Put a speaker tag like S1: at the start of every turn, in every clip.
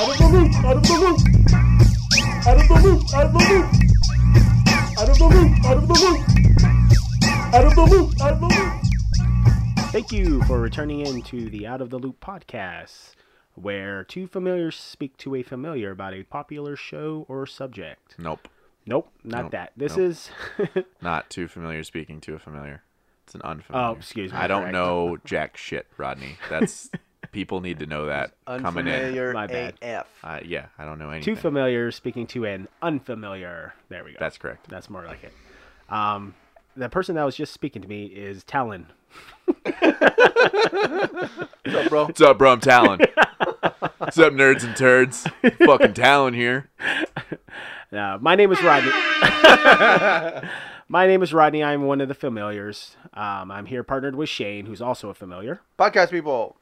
S1: out of the loop, out of the loop, out of the loop, out of the loop, out of the loop, out of the loop, out of the loop.
S2: Thank you for returning in to the Out of the Loop podcast, where two familiars speak to a familiar about a popular show or subject.
S3: Nope.
S2: Nope, not
S3: Nope,
S2: that. This
S3: nope.
S2: is.
S3: Not too familiar speaking to a familiar. It's an unfamiliar.
S2: oh, excuse me.
S3: I don't
S2: correct.
S3: know jack shit, Rodney. That's people need to know that coming in.
S4: Unfamiliar
S2: My bad.
S4: AF.
S3: Uh, yeah, I don't know anything.
S2: Two familiars speaking to an unfamiliar. There we go.
S3: That's correct.
S2: That's more like it. Um, the person that was just speaking to me is Talon.
S4: What's up, bro?
S3: What's up, bro? I'm Talon. What's up, nerds and turds? Fucking Talon here.
S2: Uh, my name is Rodney. my name is Rodney. I'm one of the familiars. Um, I'm here partnered with Shane, who's also a familiar.
S4: Podcast people.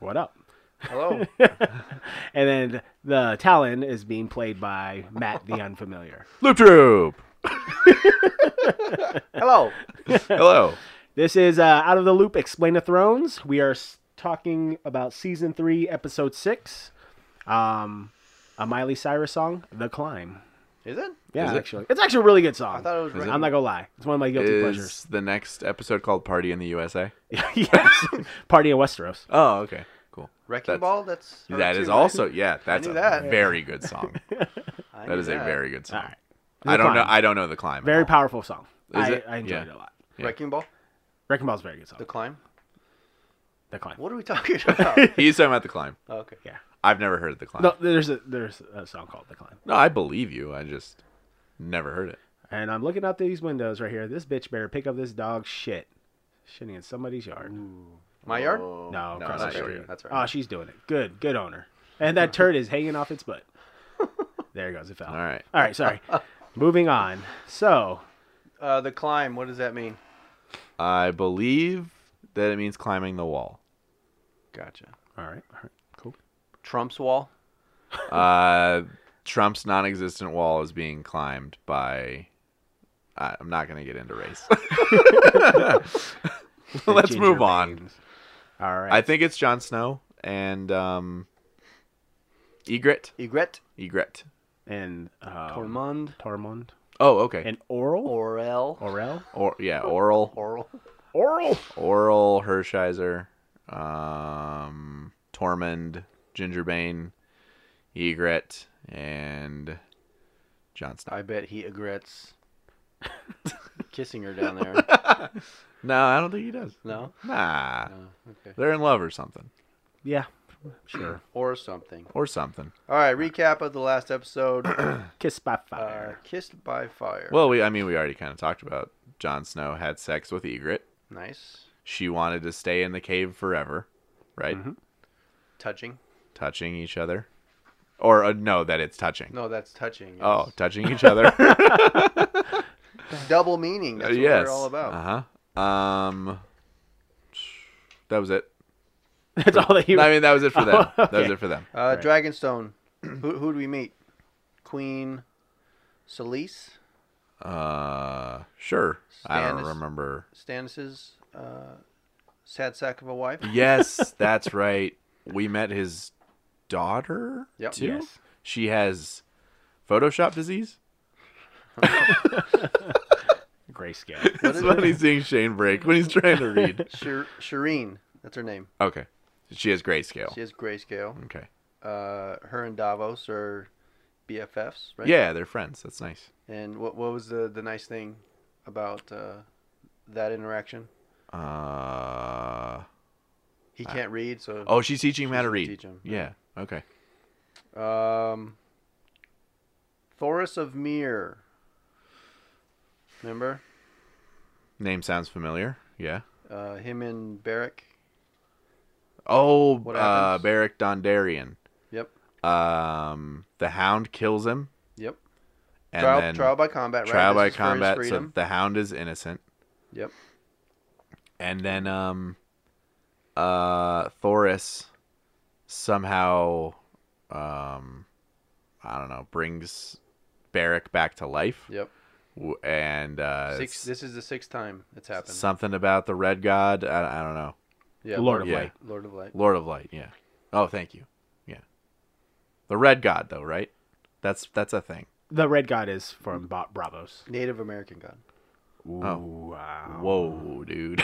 S2: What up?
S4: Hello.
S2: And then the Talon is being played by Matt the Unfamiliar.
S3: Loop Troop.
S4: Hello.
S3: Hello.
S2: This is uh, Out of the Loop Explain the Thrones. We are s- talking about season three, episode six. Um, a Miley Cyrus song, The Climb.
S4: Is it?
S2: Yeah,
S3: Is it?
S2: actually. It's actually a really good song.
S4: I thought it was
S3: Is it?
S2: I'm not gonna lie. It's one of my guilty
S3: Is
S2: pleasures.
S3: the next episode called Party in the USA?
S2: yes. Party in Westeros.
S3: Oh, okay. Cool.
S4: Wrecking
S3: That's-
S4: Ball. That's her
S3: That
S4: too,
S3: is
S4: right?
S3: also yeah. That's
S4: knew
S3: a
S4: that.
S3: very good song.
S4: I
S3: That
S4: knew
S3: is a very good song.
S2: All right.
S3: I don't know.
S2: Climb.
S3: I don't know the climb. at
S2: Very
S3: all.
S2: powerful song.
S3: Is
S2: I,
S3: it?
S2: I enjoyed
S3: Yeah.
S2: it a lot.
S3: Yeah.
S4: Wrecking Ball.
S2: Wrecking Ball's a very good song.
S4: The climb.
S2: The Climb.
S4: What are we talking about?
S3: He's talking about the climb.
S4: Oh, okay.
S2: Yeah.
S3: I've never heard of the climb.
S2: No,
S3: No,
S2: there's a there's a song called The Climb.
S3: I believe you. I just never heard it.
S2: And I'm looking out these windows right here. This bitch better pick up this dog shit. Shitting in somebody's yard.
S4: My yard.
S2: No,
S3: Mm, No,
S2: across
S3: not
S2: the
S3: your
S2: street.
S3: yard.
S4: That's
S2: Oh,
S4: right.
S2: she's doing it. Good, good owner. And that turd is hanging off its butt. There it goes. It fell.
S3: All right.
S2: All right. Sorry. Moving on. So
S4: Uh, the climb. What does that mean?
S3: I believe that it means climbing the wall.
S4: Gotcha.
S2: All right. All right. Cool.
S4: Trump's wall.
S3: Uh, Trump's non-existent wall is being climbed by. I I'm not going to get into race. Let's
S2: Ginger
S3: move on.
S2: beans. All right.
S3: I think it's Jon Snow and um, Egret.
S4: Egret.
S3: Egret.
S2: and uh,
S4: Tormund.
S2: Tormund
S3: Oh, okay.
S2: and Oral
S4: Orel.
S2: Orel
S3: or yeah, Oral.
S4: Oral.
S2: Oral.
S3: Oral Hershiser, um, Tormund, Gingerbane, Egret, and Jon Snow.
S4: I bet he egrets kissing her down there.
S3: No, I don't think he does.
S4: No.
S3: Nah,
S4: Oh, okay.
S3: they're in love or something,
S2: Yeah. Sure.
S4: Or something.
S3: or something.
S4: All right. Recap of the last episode.
S2: Kiss by
S4: uh,
S2: fire.
S4: kissed by fire.
S3: Well, we I mean we already kind of talked about Jon Snow had sex with Egret.
S4: nice.
S3: She wanted to stay in the cave forever, right?
S4: Mm-hmm. Touching.
S3: Touching each other, or uh, no, that it's touching.
S4: No, that's touching. yes.
S3: Oh, touching each other.
S4: double meaning. That's what
S3: yes.
S4: we're all about.
S3: Uh huh. Um, that was it.
S2: That's all that you.
S3: Uh, I mean, that was it for them.
S2: Oh,
S3: That was
S2: okay.
S3: it for them.
S4: Uh,
S2: Right.
S4: Dragonstone. who, who do we meet? Queen Selyse,
S3: Uh, sure. I don't
S4: Stannis.
S3: remember.
S4: Stannis's uh, sad sack of a wife.
S3: Yes, that's right. We met his daughter.
S4: Yep.
S3: Too?
S2: Yes.
S3: She has Photoshop disease.
S2: Grayscale.
S4: What
S3: It's
S4: is
S3: funny
S4: it?
S3: seeing Shane break when he's trying to read.
S4: Shir- Shireen. That's her name.
S3: Okay. She has grayscale.
S4: She has grayscale.
S3: Okay.
S4: Uh, her and Davos are BFFs, right?
S3: Yeah, they're friends. That's nice.
S4: And what what was the the nice thing about uh, that interaction?
S3: Uh,
S4: He can't read, so
S3: oh, she's teaching him how to
S4: gonna
S3: read.
S4: teach him.
S3: Yeah. Okay.
S4: Um, Thoris of Mir. Remember
S3: Name sounds familiar. Yeah.
S4: uh, him and Beric.
S3: Oh,
S4: What
S3: uh,
S4: happens?
S3: Beric Dondarrion.
S4: Yep.
S3: Um, the Hound kills him,
S4: Yep.
S3: and
S4: trial,
S3: then
S4: trial by combat. Right?
S3: trial
S4: This
S3: by
S4: is for his
S3: combat. So
S4: freedom.
S3: the Hound is innocent,
S4: Yep.
S3: and then um, uh, Thoris somehow, um, I don't know, brings Beric back to life,
S4: Yep.
S3: W- and uh,
S4: Six.
S3: s-
S4: This is the sixth time it's happened.
S3: something about the Red God. I, I don't know.
S4: yeah.
S2: Lord of
S3: yeah.
S2: Light.
S4: Lord of Light.
S3: Lord of Light. Yeah. Oh, thank you. Yeah. The Red God, though, right? That's that's a thing.
S2: The Red God is from Bo- Bravos.
S4: Native American god.
S2: Ooh,
S3: Oh.
S2: wow.
S3: Whoa, dude.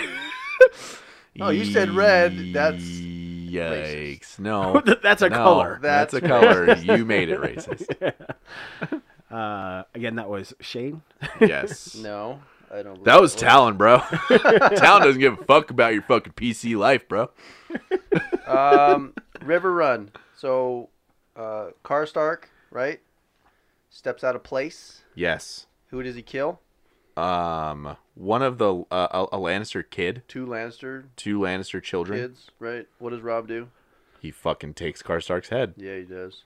S4: Oh, you said red, that's
S3: yikes. No,
S2: That's a
S3: no,
S2: color.
S3: That's a color. You made it racist.
S2: Uh, again, that was Shane.
S3: Yes.
S4: No, I don't. believe
S3: That was
S4: it
S3: Talon, bro. Talon doesn't give a fuck about your fucking PC life, bro.
S4: Um, River Run. So, uh, Karstark, right? Steps out of place.
S3: Yes.
S4: Who does he kill?
S3: Um, one of the uh, a- a Lannister kid,
S4: Two Lannister
S3: two Lannister children.
S4: kids, right? What does Rob do?
S3: He fucking takes Karstark's head
S4: Yeah, he does.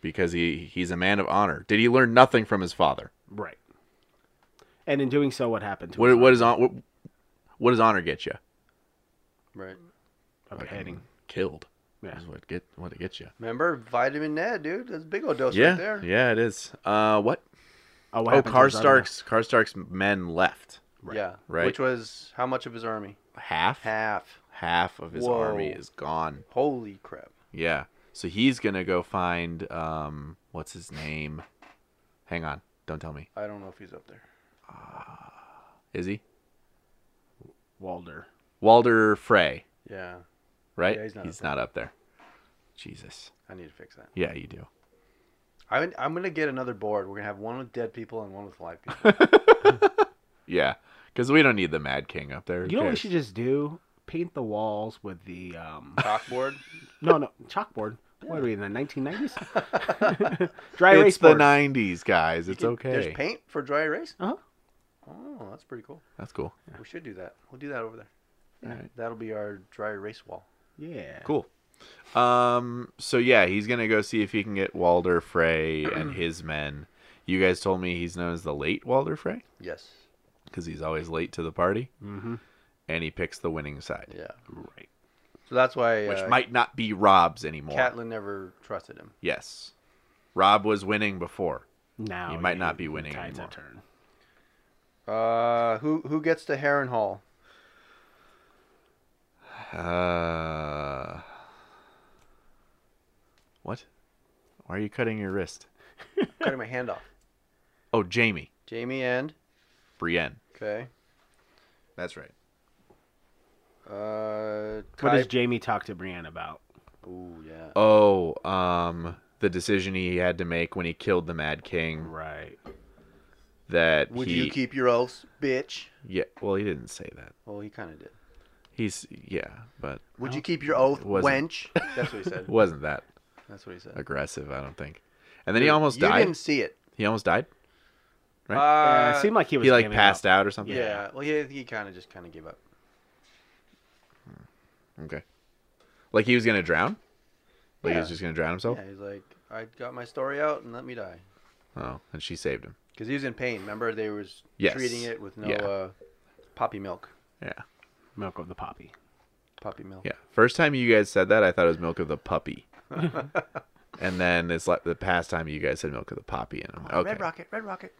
S3: because he he's a man of honor. Did he learn nothing from his father?
S2: Right. And in doing so, what happened to
S3: What
S2: him?
S3: what is on what, what does honor get you?
S4: Right.
S2: A beheading.
S3: Killed.
S2: Yeah.
S3: Is what get what it gets you.
S4: Remember vitamin Ned, dude? That's a big old dose
S3: yeah.
S4: right there.
S3: Yeah, it is. Uh, what?
S2: Oh, what
S3: oh,
S2: happened to his other-
S3: Karstark's Karstark's men left.
S4: Yeah.
S3: Right.
S4: Which was how much of his army?
S3: Half
S4: Half.
S3: half of his
S4: Whoa.
S3: army is gone.
S4: Holy crap.
S3: Yeah. So he's gonna go find um what's his name? Hang on, don't tell me.
S4: I don't know if he's up there.
S3: Is he?
S2: Walder.
S3: Walder Frey,
S4: Yeah.
S3: right?
S4: Yeah, he's not up there.
S3: up there. Jesus.
S4: I need to fix that.
S3: Yeah, you do.
S4: I, I'm going to get another board. We're going to have one with dead people and one with live people.
S3: Yeah, because we don't need the Mad King up there. Who
S2: You know what we
S3: cares?
S2: should just do? Paint the walls with the um,
S4: Chalkboard.
S2: no no chalkboard. What are we in the 1990s? Dry
S3: It's
S2: erase
S3: the
S2: board.
S3: '90s, guys. It's okay.
S4: There's paint for dry erase.
S2: Uh-huh.
S4: Oh, that's pretty cool.
S3: That's cool.
S4: We should do that. We'll do that over there.
S3: All right.
S4: That'll be our dry erase wall.
S2: Yeah.
S3: Cool. Um. So yeah, he's gonna go see if he can get Walder Frey and his men. You guys told me he's known as the late Walder Frey
S4: Yes.
S3: because he's always late to the party,
S2: Mm-hmm.
S3: and he picks the winning side,
S4: Yeah.
S2: Right.
S4: So that's why
S3: which
S4: uh,
S3: might not be Rob's anymore.
S4: Catelyn never trusted him.
S3: Yes, Rob was winning before.
S2: Now
S3: He might not
S2: you-
S3: be winning
S2: tides have
S3: anymore.
S2: turned.
S4: Uh, who who gets to Heron Hall?
S3: Uh. What? Why are you cutting your wrist?
S4: Cutting my hand off.
S3: Oh, Jamie.
S4: Jamie and
S3: Brienne.
S4: okay.
S3: That's right.
S4: Uh,
S2: What
S4: Kai-
S2: does Jamie talk to Brienne about?
S4: Ooh, yeah.
S3: Oh, um, the decision he had to make when he killed the Mad King
S2: Right.
S3: that
S4: Would
S3: he,
S4: you keep your oaths, bitch?
S3: Yeah, well, he didn't say that.
S4: Well, he kind of did.
S3: He's yeah, but
S4: Would you keep your oath,
S3: wasn't.
S4: wench? That's what he said.
S3: wasn't that
S4: That's what he said.
S3: aggressive? I don't think. And then he almost
S4: you
S3: died.
S4: didn't see it.
S3: He almost died. Right?
S2: Uh,
S4: Uh,
S2: it seemed like he was
S3: He like
S2: giving
S3: passed
S2: up.
S3: out or something.
S4: yeah. Well, he, he kind of just kind of gave up.
S3: Okay. Like he was gonna drown. Like he was
S4: Yeah.
S3: just gonna drown himself.
S4: Yeah, he's like, I got my story out and let me die.
S3: Oh, and she saved him.
S4: Because he was in pain. Remember, they was
S3: Yes.
S4: treating it with no
S3: Yeah.
S4: uh, poppy milk.
S3: Yeah.
S2: Milk of the poppy.
S4: Poppy milk.
S3: Yeah. First time you guys said that, I thought it was milk of the puppy. and then it's like the past time you guys said milk of the poppy, and I'm like, okay.
S4: Red Rocket, Red Rocket.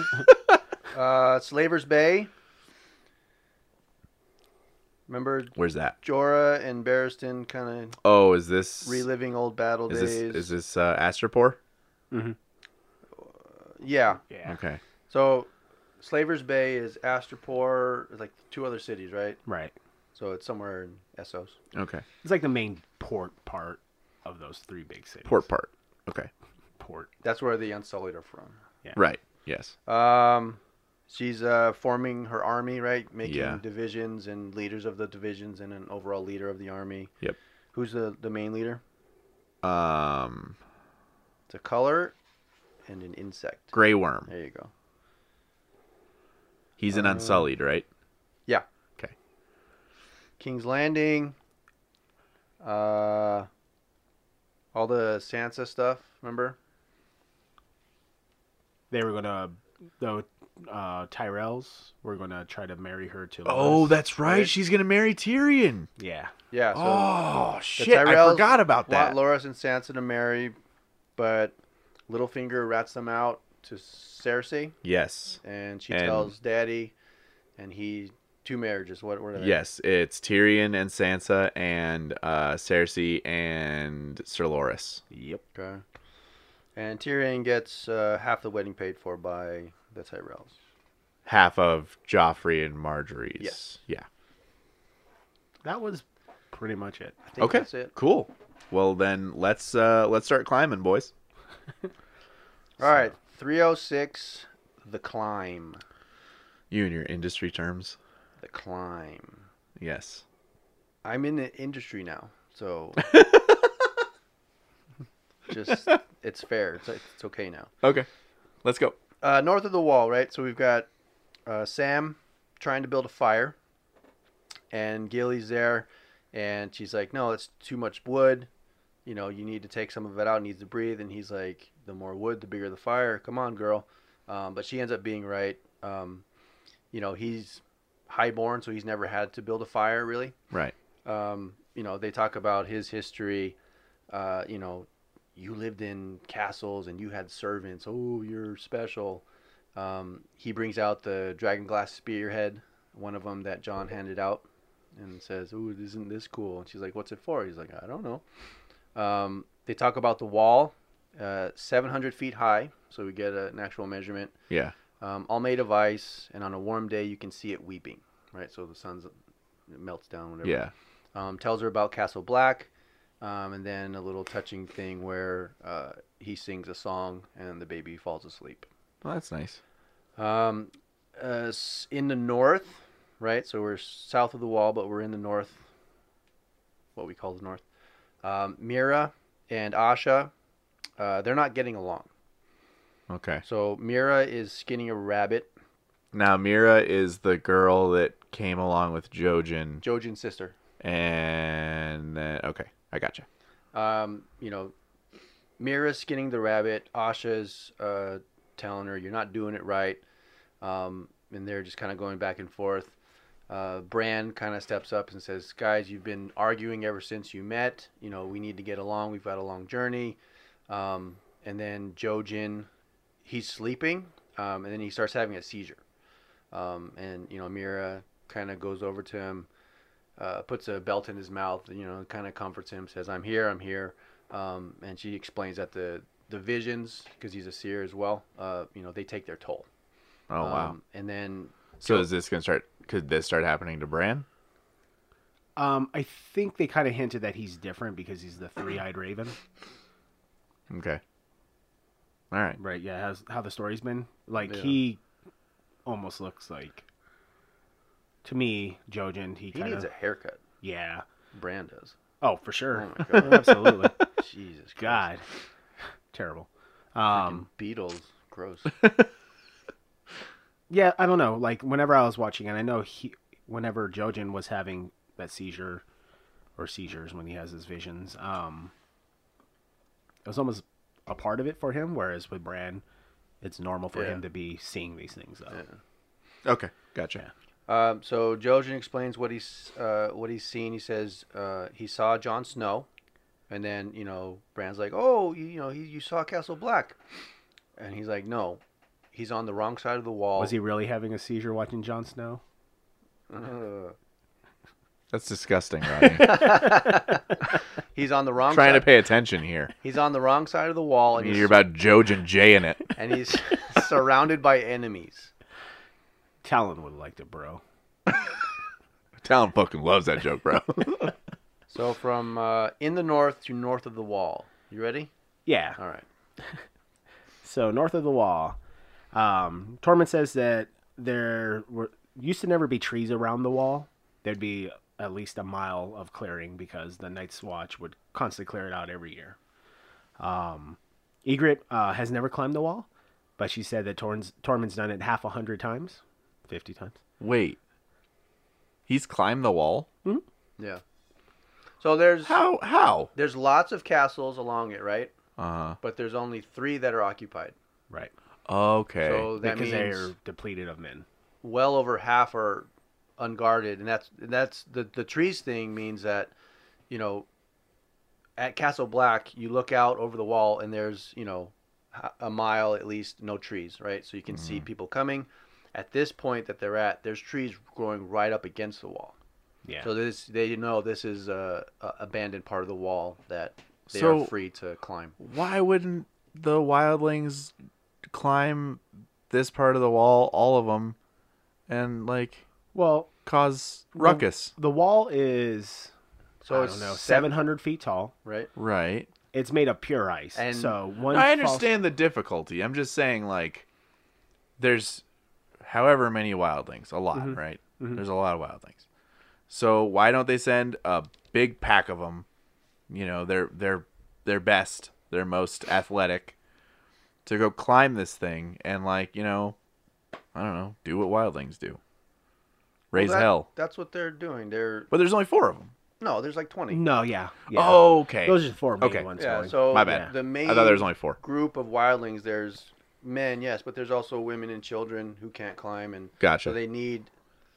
S4: uh, Slaver's Bay. Remember
S3: Where's that?
S4: Jorah and Barristan kind of
S3: Oh, is this
S4: reliving old battle
S3: is
S4: days.
S3: this is this uh, Astropor?
S4: Yeah.
S2: Yeah.
S3: Okay.
S4: So Slaver's Bay is Astropor, like two other cities, right?
S2: Right.
S4: So it's somewhere in Essos.
S3: Okay.
S2: It's like the main port part of those three big cities.
S3: Port part. Okay.
S2: Port.
S4: That's where the Unsullied are from.
S3: Right. Yes.
S4: Um, she's uh, forming her army, right? Making
S3: Yeah.
S4: divisions and leaders of the divisions and an overall leader of the army.
S3: Yep.
S4: Who's the, the main leader?
S3: Um,
S4: It's a color and an insect.
S3: Grey Worm.
S4: There you go.
S3: He's
S4: Uh,
S3: an Unsullied, right?
S4: Yeah.
S3: Okay.
S4: King's Landing. Uh, all the Sansa stuff, remember?
S2: They were gonna the uh, Tyrells were gonna try to marry her to.
S3: Oh,
S2: Loras.
S3: that's right. She's gonna marry Tyrion.
S2: yeah.
S4: Yeah. So
S3: Oh
S4: the
S3: shit! I
S4: Tyrells
S3: forgot about that.
S4: Want Loras and Sansa to marry, but Littlefinger rats them out to Cersei,
S3: Yes.
S4: and she
S3: And-
S4: tells Daddy, and he two marriages. What? What are they?
S3: Yes, it's Tyrion and Sansa and uh, Cersei and Sir Loris.
S2: Yep.
S4: Okay. And Tyrion gets uh, half the wedding paid for by the Tyrells.
S3: Half of Joffrey and Marjorie's.
S4: Yes.
S3: Yeah.
S2: That was pretty much it.
S4: I think
S3: okay.
S4: That's it.
S3: Cool. Well then, let's uh, let's start climbing, boys.
S4: All right. 306. The climb.
S3: You and your industry terms.
S4: The climb.
S3: Yes.
S4: I'm in the industry now, so just it's fair. It's it's okay now.
S3: Okay. Let's go.
S4: Uh, north of the wall, right? So we've got uh, Sam trying to build a fire, and Gilly's there, and she's like, "No, it's too much wood. You know, you need to take some of it out. It needs to breathe." And he's like, "The more wood, the bigger the fire. Come on, girl." Um, but she ends up being right. Um, you know, he's highborn, so he's never had to build a fire really
S3: Right.
S4: um, you know, they talk about his history. Uh, you know, you lived in castles and you had servants. Oh, you're special. Um, he brings out the dragon glass spearhead, one of them that John handed out, and says, "Oh, isn't this cool?" And she's like, "What's it for?" He's like, "I don't know." Um, they talk about the wall, uh, 700 feet high, so we get a, an actual measurement.
S3: Yeah.
S4: Um, all made of ice, and on a warm day, you can see it weeping. Right, so the sun's it melts down. Whatever
S3: Yeah.
S4: um, tells her about Castle Black, um, and then a little touching thing where uh, he sings a song and the baby falls asleep.
S3: Well, that's nice.
S4: Um, uh, s- in the north, right? So we're south of the wall, but we're in the north, what we call the north. Um, Mira and Asha, uh, they're not getting along.
S3: Okay.
S4: So Mira is skinning a rabbit,
S3: Now Mira is the girl that came along with Jojen,
S4: Jojen's sister.
S3: and then okay, I gotcha.
S4: um, you know, Mira's skinning the rabbit. Asha's uh, telling her, "You're not doing it right," um, and they're just kind of going back and forth. Uh, Bran kind of steps up and says, "Guys, you've been arguing ever since you met. You know, we need to get along. We've got a long journey." Um, and then Jojen, he's sleeping, um, and then he starts having a seizure. Um, and you know, Mira kind of goes over to him uh, puts a belt in his mouth, you know, kind of comforts him, says, I'm here, I'm here. Um, and she explains that the, the visions, because he's a seer as well, uh, you know, they take their toll.
S3: Oh wow.
S4: Um, and then,
S3: So is this gonna start? Could this start happening to Bran?
S2: Um, I think they kind of hinted that he's different because he's the three-eyed raven,
S3: Okay. All right.
S2: right? Yeah, how's, how the story's been. Like
S4: Yeah.
S2: he almost looks like, to me, Jojen. He
S4: he
S2: kind
S4: needs
S2: of
S4: a haircut.
S2: yeah.
S4: Brand does.
S2: Oh, for sure.
S4: Oh my God.
S2: Absolutely.
S4: Jesus Christ.
S2: God, terrible.
S4: Um,
S2: Um,
S4: Beatles. Gross.
S2: yeah, I don't know. Like whenever I was watching, and I know he, whenever Jojen was having that seizure, or seizures when he has his visions, um, it was almost a part of it for him. Whereas with Bran, it's normal for
S4: Yeah.
S2: him to be seeing these things. Though.
S3: Okay. Gotcha.
S4: Um, so Jojen explains what he's uh, what he's seen. He says uh, he saw Jon Snow, and then you know Bran's like, "Oh, you, you know, he, you saw Castle Black," and he's like, "No, he's on the wrong side of the wall."
S2: Was he really having a seizure watching Jon Snow?
S4: Uh,
S3: That's disgusting, Rodney.
S4: he's on the wrong
S3: Trying to
S4: side.
S3: pay attention here.
S4: He's on the wrong side of the wall, and
S3: You're
S4: he's,
S3: about Jojen J in it.
S4: and he's surrounded by enemies.
S2: Talon would have liked it, bro.
S3: Talon fucking loves that joke, bro.
S4: So from uh, in the north to north of the wall. You ready?
S2: Yeah.
S4: All right.
S2: So north of the wall, um, Tormund says that there were used to never be trees around the wall. There'd be at least a mile of clearing because the Night's Watch would constantly clear it out every year. Um, Egret uh, has never climbed the wall, but she said that Tormund's, Tormund's done it half a hundred times, fifty times.
S3: Wait. He's climbed the wall?
S4: Yeah. So there's
S3: How? How?
S4: there's lots of castles along it, right?
S3: Uh
S4: But there's only three that are occupied.
S2: Right,
S3: Okay.
S4: So that
S2: because
S4: means
S2: they're depleted of men.
S4: well over half are unguarded, and that's that's the the trees thing means that, you know, at Castle Black you look out over the
S3: Mm-hmm.
S4: wall and there's you know h- a mile at least no trees, right? So you can see people coming. At this point that they're at, there's trees growing right up against the wall.
S2: Yeah.
S4: So this, they know this is a, a abandoned part of the wall that they
S3: So-
S4: are free to climb.
S3: Why wouldn't the wildlings climb this part of the wall, all of them, and like
S2: well,
S3: cause ruckus?
S2: the wall is
S4: So
S2: I
S4: it's
S2: don't know,
S4: seven,
S2: seven hundred feet tall.
S4: right?
S3: right.
S2: It's made of pure ice,
S4: And-
S2: so one.
S3: I
S2: false-
S3: understand the difficulty. I'm just saying, like, there's however many wildlings, a
S4: Mm-hmm.
S3: lot, right? There's a lot of wildlings. So why don't they send a big pack of them? You know, their their their best, their most athletic, to go climb this thing and like you know, I don't know, do what wildlings do, raise
S4: Well, that-
S3: hell.
S4: That's what they're doing. They're
S3: But there's only four of them.
S4: no, there's like
S3: Mm-hmm.
S4: twenty.
S2: No, yeah, yeah.
S3: Oh, okay.
S2: those are the four main
S3: Okay.
S2: ones.
S4: Yeah,
S2: going.
S4: so
S3: My bad.
S4: the main
S3: I thought there was only four.
S4: group of wildlings, there's men, yes, but there's also women and children who can't climb, and
S3: Gotcha.
S4: so they need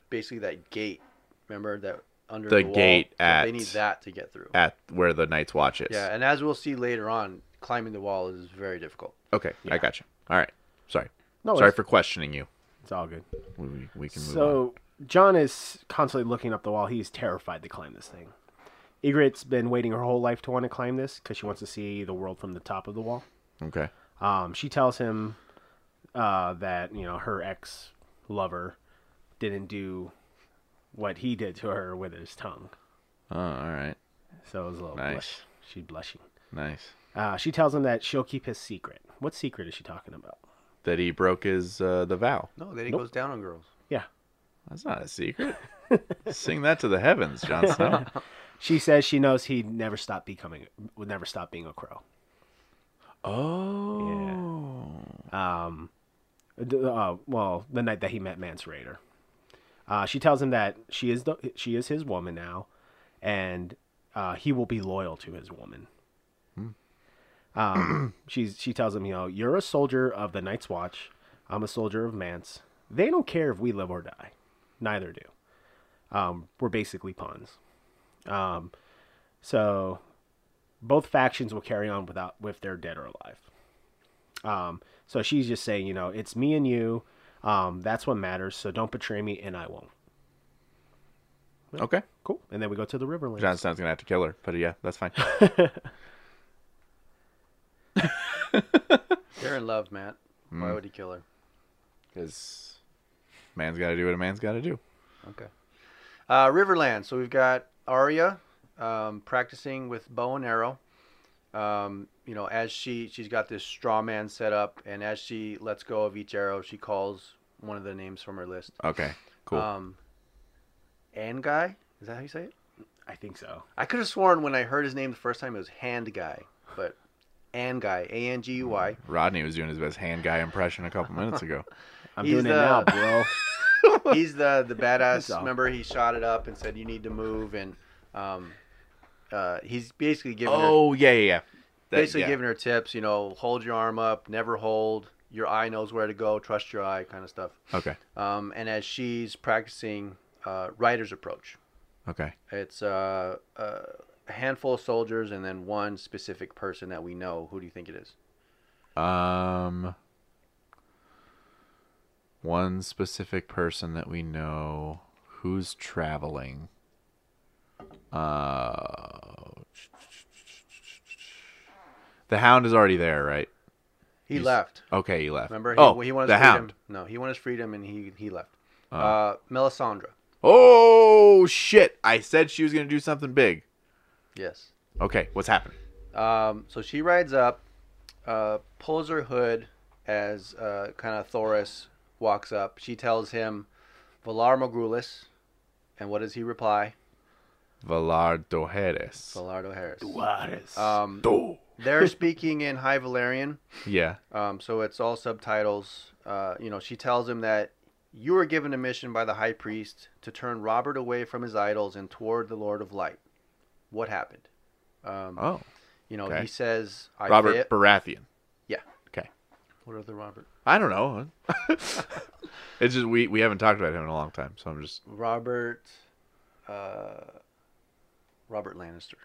S4: basically that gate. Remember that under
S3: The
S4: the, wall?
S3: gate
S4: Yeah, they
S3: at-
S4: need that to get through.
S3: At where the Night's Watch is.
S4: yeah, and as we'll see later on, climbing the wall is very difficult.
S3: Okay, I got you. All right. Sorry.
S2: No,
S3: Sorry
S2: it's-
S3: for questioning you.
S2: it's all good.
S3: We, we, we can move on.
S2: So John is constantly looking up the wall. He's terrified to climb this thing. Egret's been waiting her whole life to want to climb this because she wants to see the world from the top of the wall.
S3: Okay.
S2: Um, she tells him uh, that you know her ex lover didn't do what he did to her with his tongue,
S3: Oh, all right.
S2: so it was a little
S3: Nice.
S2: blush. She's blushing.
S3: Nice.
S2: Uh, she tells him that she'll keep his secret. What secret is she talking about?
S3: That he broke his uh, the vow.
S4: No, then he goes down on girls.
S2: Yeah,
S3: That's not a secret. Sing that to the heavens, Jon Snow.
S2: she says she knows he never stopped becoming, would never stop being a crow.
S3: oh.
S2: um, d- uh, well, the night that he met Mance Raider. Uh, she tells him that she is the, she is his woman now, and uh, he will be loyal to his woman. Um, she's she tells him, you know, you're a soldier of the Night's Watch. I'm a soldier of Mance. They don't care if we live or die. Neither do. Um, we're basically pawns. Um, so both factions will carry on without with their dead or alive. Um, so she's just saying, you know, it's me and you. Um, that's what matters. So don't betray me, and I won't.
S3: Okay.
S2: Cool. And then we go to the Riverlands.
S3: Jon Snow's going to have to kill her, but yeah, that's fine.
S4: They're in love, Matt.
S3: Mm.
S4: Why would he kill her?
S3: Because man's got to do what a man's got to do.
S4: Okay. Uh, Riverland. So we've got Arya um, practicing with bow and arrow. Um, you know, as she she's got this straw man set up, and as she lets go of each arrow, she calls one of the names from her list.
S3: Okay. Cool.
S4: Um, and guy, is that how you say it?
S2: I think so.
S4: I could have sworn when I heard his name the first time it was hand guy, but and guy, A N G U I.
S3: Rodney was doing his best hand guy impression a couple minutes ago.
S2: I'm
S4: He's
S2: doing it now,
S4: the-
S2: bro.
S4: he's the the badass.
S2: So.
S4: Remember, he shot it up and said, "You need to move." And um, uh, he's basically giving her
S3: Oh, yeah, yeah, yeah. That-
S4: basically
S3: yeah.
S4: giving her tips. You know, hold your arm up, never hold. Your eye knows where to go. Trust your eye, kind of stuff.
S3: Okay.
S4: Um, and as she's practicing uh, rider's approach,
S3: Okay.
S4: it's uh, uh, a handful of soldiers and then one specific person that we know. Who do you think it is?
S3: Um, one specific person that we know who's traveling. Uh, the hound is already there, right?
S4: He
S3: He's-
S4: left.
S3: Okay, he left.
S4: Remember, he,
S3: oh,
S4: he wanted
S3: the
S4: his freedom.
S3: hound.
S4: No, he wanted his freedom, and he he left. uh Melisandre.
S3: Oh shit! I said she was gonna do something big.
S4: Yes.
S3: Okay, what's happening?
S4: Um, so she rides up, uh, pulls her hood as uh, kind of Thoris walks up. She tells him, Valar Magrulis. And what does he reply?
S3: Valar Doheres.
S4: Valardo Harris.
S2: Juarez.
S4: Um,
S3: Do.
S4: they're speaking in High Valerian,
S3: Yeah.
S4: um, so it's all subtitles. Uh, you know, she tells him that you were given a mission by the High Priest to turn Robert away from his idols and toward the Lord of Light. What happened? Um,
S3: Oh,
S4: you know,
S3: okay.
S4: he says, I
S3: Robert
S4: failed-
S3: Baratheon.
S4: Yeah.
S3: Okay.
S4: What other Robert?
S3: I don't know. it's just we we haven't talked about him in a long time, so I'm just
S4: Robert, uh, Robert Lannister.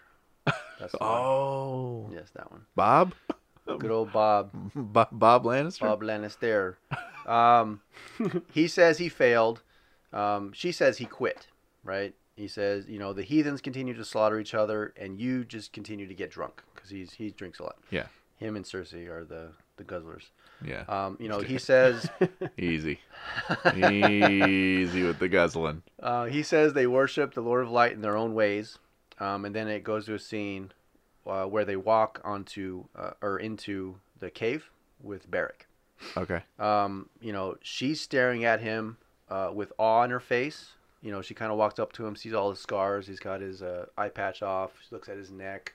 S4: That's the one.
S3: oh
S4: yes, that one.
S3: Bob
S4: Good old Bob,
S3: Bob, Bob Lannister.
S4: Bob Lannister. Um, he says he failed. Um, she says he quit, right? He says, you know, the heathens continue to slaughter each other, and you just continue to get drunk because he's he drinks a lot.
S3: Yeah.
S4: Him and Cersei are the the guzzlers.
S3: Yeah.
S4: Um, you know, he says
S3: Easy. Easy with the guzzling.
S4: Uh, he says they worship the Lord of Light in their own ways, um, and then it goes to a scene uh, where they walk onto uh, or into the cave with Beric.
S3: Okay.
S4: Um, you know, she's staring at him uh, with awe in her face. You know, she kind of walks up to him, sees all his scars. He's got his uh, eye patch off. She looks at his neck.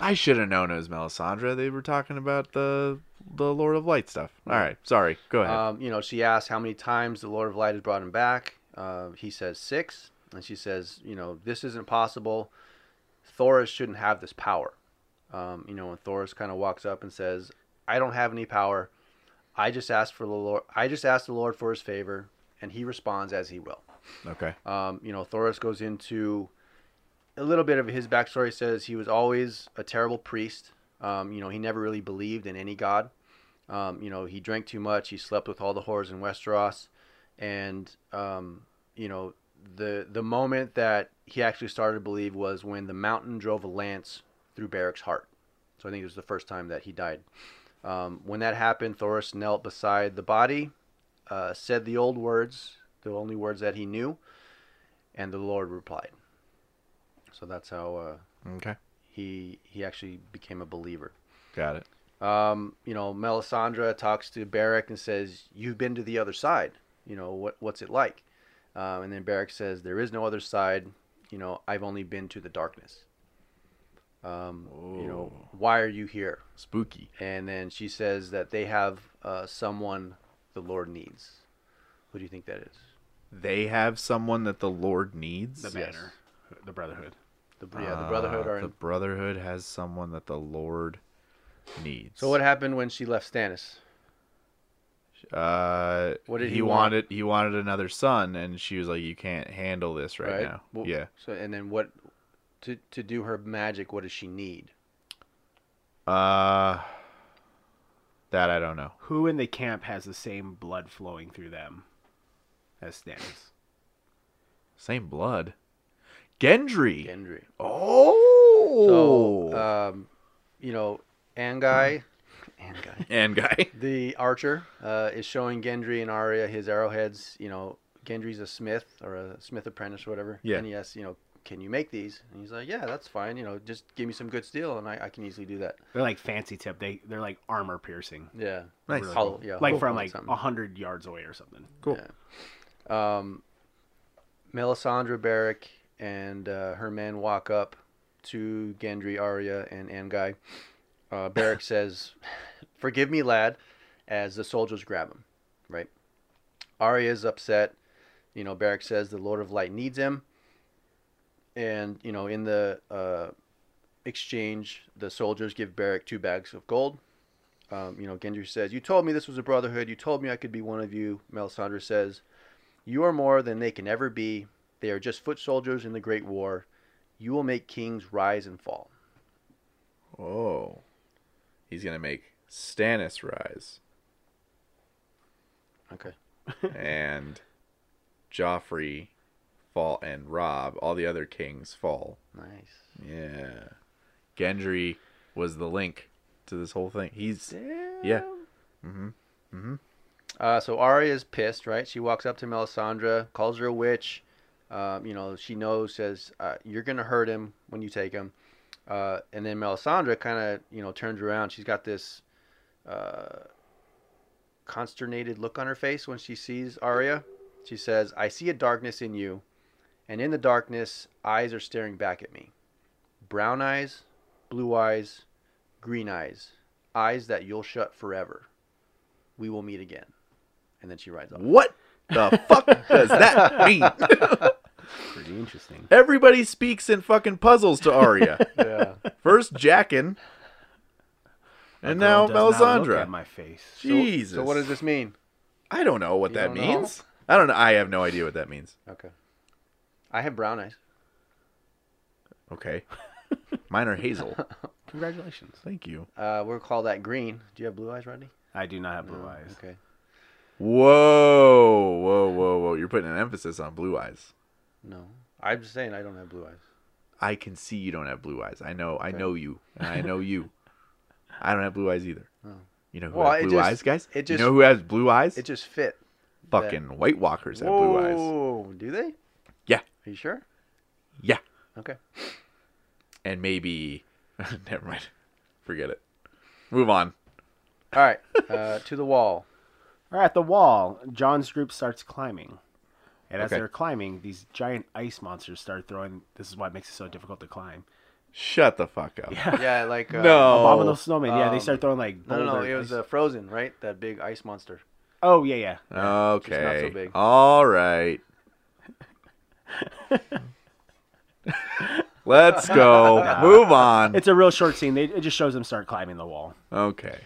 S3: I should have known it was Melisandre. They were talking about the the Lord of Light stuff. All right. Sorry. Go ahead.
S4: Um, you know, she asks how many times the Lord of Light has brought him back. Uh, he says six, and she says, you know, this isn't possible. Thoris shouldn't have this power. Um, you know, and Thoris kind of walks up and says, I don't have any power. I just asked for the Lord. I just asked the Lord for His favor, and He responds as He will.
S3: okay.
S4: Um, you know, Thoris goes into a little bit of his backstory. Says he was always a terrible priest. Um, you know, he never really believed in any god. Um, you know, he drank too much. He slept with all the whores in Westeros, and um, you know, the the moment that he actually started to believe was when the mountain drove a lance through Beric's heart. So I think it was the first time that he died. Um, when that happened, Thoris knelt beside the body, uh, said the old words, the only words that he knew, and the Lord replied. So that's how uh,
S3: Okay.
S4: he he actually became a believer.
S3: Got it.
S4: Um, you know, Melisandre talks to Beric and says, "You've been to the other side. You know what what's it like?" Um, and then Beric says, "There is no other side. You know, I've only been to the darkness. Um, you know, why are you here?"
S3: Spooky.
S4: And then she says that they have uh, someone the Lord needs. Who do you think that is?
S3: They have someone that the Lord needs.
S2: The
S4: Yes.
S2: banner, the Brotherhood.
S4: The, yeah, the Brotherhood
S3: Ah,
S4: are
S3: the
S4: in.
S3: Brotherhood has someone that the Lord needs.
S4: So what happened when she left Stannis?
S3: Uh,
S4: What did
S3: he,
S4: he want?
S3: wanted? He wanted another son, and she was like, "You can't handle this right, now."
S4: Well,
S3: yeah.
S4: So and then what? To to do her magic, what does she need?
S3: Uh, that I don't know.
S2: Who in the camp has the same blood flowing through them as Stannis?
S3: Same blood. Gendry.
S4: Gendry.
S3: oh.
S4: So, um, you know, Angai, Angai,
S3: and guy.
S4: the archer, uh, is showing Gendry and Arya his arrowheads. You know, Gendry's a smith or a smith apprentice or whatever.
S3: Yeah.
S4: And he asks, you know, can you make these? And he's like, yeah, that's fine. You know, just give me some good steel, and I, I can easily do that.
S2: They're like fancy tip. They they're like armor piercing,
S4: Yeah.
S3: Nice.
S2: Really
S4: Hollow- yeah,
S2: like
S4: hollow
S2: from
S4: point
S2: like
S4: something.
S2: a hundred yards away or something.
S3: Cool.
S4: um, Melisandre Barrick and uh, her men walk up to Gendry, Arya, and Angai. Uh, Barrick says, "Forgive me, lad," as the soldiers grab him. Right. Arya is upset. You know, Barrick says the Lord of Light needs him. And you know, in the uh, exchange, the soldiers give Barrick two bags of gold. Um, you know, Gendry says, "You told me this was a brotherhood. You told me I could be one of you." Melisandre says, you are more than they can ever be. They are just foot soldiers in the Great War. You will make kings rise and fall.
S3: Oh. He's gonna make Stannis rise
S4: Okay.
S3: and Joffrey fall and Rob. All the other kings fall.
S4: Nice.
S3: Yeah. Gendry was the link to this whole thing. He's yeah.
S4: Uh, so Arya is pissed, right? She walks up to Melisandre, calls her a witch. Um, you know, she knows, says, uh, You're going to hurt him when you take him. Uh, and then Melisandre kind of, you know, turns around. She's got this uh, consternated look on her face when she sees Arya. She says, I see a darkness in you, and in the darkness, eyes are staring back at me. Brown eyes, blue eyes, green eyes, eyes that you'll shut forever. We will meet again. And then she rides off.
S3: What the fuck does that mean?
S2: Pretty interesting.
S3: Everybody speaks in fucking puzzles to Arya.
S4: Yeah.
S3: First Jackin.
S2: That
S3: And
S2: girl
S3: now
S2: does not look
S3: Melisandre.
S2: at my face.
S3: Jesus.
S4: So what does this mean?
S3: I don't know what
S4: You
S3: that
S4: don't know?
S3: means. I don't know. I have no idea what that means.
S4: Okay. I have brown eyes.
S3: Okay. Mine are hazel.
S2: Congratulations.
S3: Thank you.
S4: Uh, we'll call that green. Do you have blue eyes, Rodney?
S2: I do not have blue eyes.
S4: Okay.
S3: Whoa, whoa, whoa, whoa! You're putting an emphasis on blue eyes.
S4: No, I'm just saying I don't have blue eyes.
S3: I can see you don't have blue eyes. I know. I know you. And I know you. I don't have blue eyes either. You know who
S4: Oh. Well,
S3: has
S4: it
S3: blue
S4: just-
S3: eyes, guys?
S4: it
S3: you
S4: just-
S3: know who has blue eyes?
S4: It just fit.
S3: Fucking White Walkers have blue eyes.
S4: Whoa, do they?
S3: Yeah,
S4: Are you sure?
S3: yeah.
S4: Okay.
S3: And maybe. Never mind. Forget it. Move on.
S4: All right. Uh, to the wall.
S2: All right, at the wall, John's group starts climbing. And as
S3: Okay.
S2: they're climbing, these giant ice monsters start throwing. This is why it makes it so difficult to climb.
S3: Shut the fuck up.
S4: Yeah, like uh,
S3: No.
S2: Abominable snowman. yeah, they
S4: um,
S2: start throwing like.
S4: No, no, no.
S2: boulder
S4: It was
S2: ice-
S4: uh, Frozen, right? That big ice monster.
S2: oh yeah, yeah.
S3: Hmm. Okay.
S4: not so big.
S3: All right. Let's go. Move on.
S2: It's a real short scene. They, it just shows them start climbing the wall.
S3: Okay.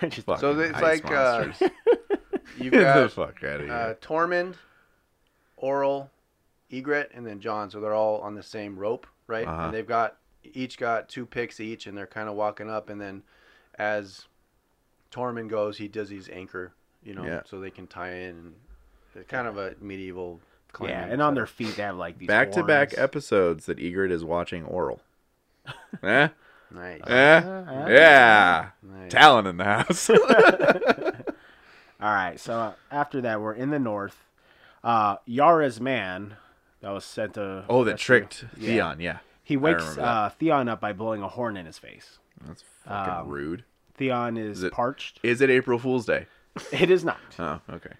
S2: It's just-
S4: So
S3: Fucking
S4: it's
S3: ice
S4: like, uh,
S3: monsters.
S4: You've
S3: Get the
S4: got
S3: fuck out of here.
S4: uh, Tormund, Oral, Egret, and then John. So they're all on the same rope, right?
S3: Uh-huh.
S4: And they've got each got two picks each, and they're kind of walking up. And then as Tormund goes, he does his anchor, you know,
S3: Yeah.
S4: so they can tie in. And it's kind of a medieval. climbing
S2: yeah, and on their
S4: setup.
S2: feet they have like these
S3: Back to back
S2: horns.
S3: episodes that Egret is watching oral. eh?
S4: nice,
S3: Eh?
S2: Uh,
S3: Yeah.
S4: nice.
S3: Talent in the house. Oh,
S2: All right, so uh, after that, we're in the north. Uh, Yara's man that was sent to.
S3: oh, that
S2: rescue-
S3: tricked Theon. Yeah.
S2: He wakes
S3: remember that.
S2: uh, Theon up by blowing a horn in his face.
S3: That's fucking
S2: Um,
S3: rude.
S2: Theon is,
S3: Is it-
S2: parched.
S3: Is it April Fool's Day?
S2: It is not.
S3: Oh, okay.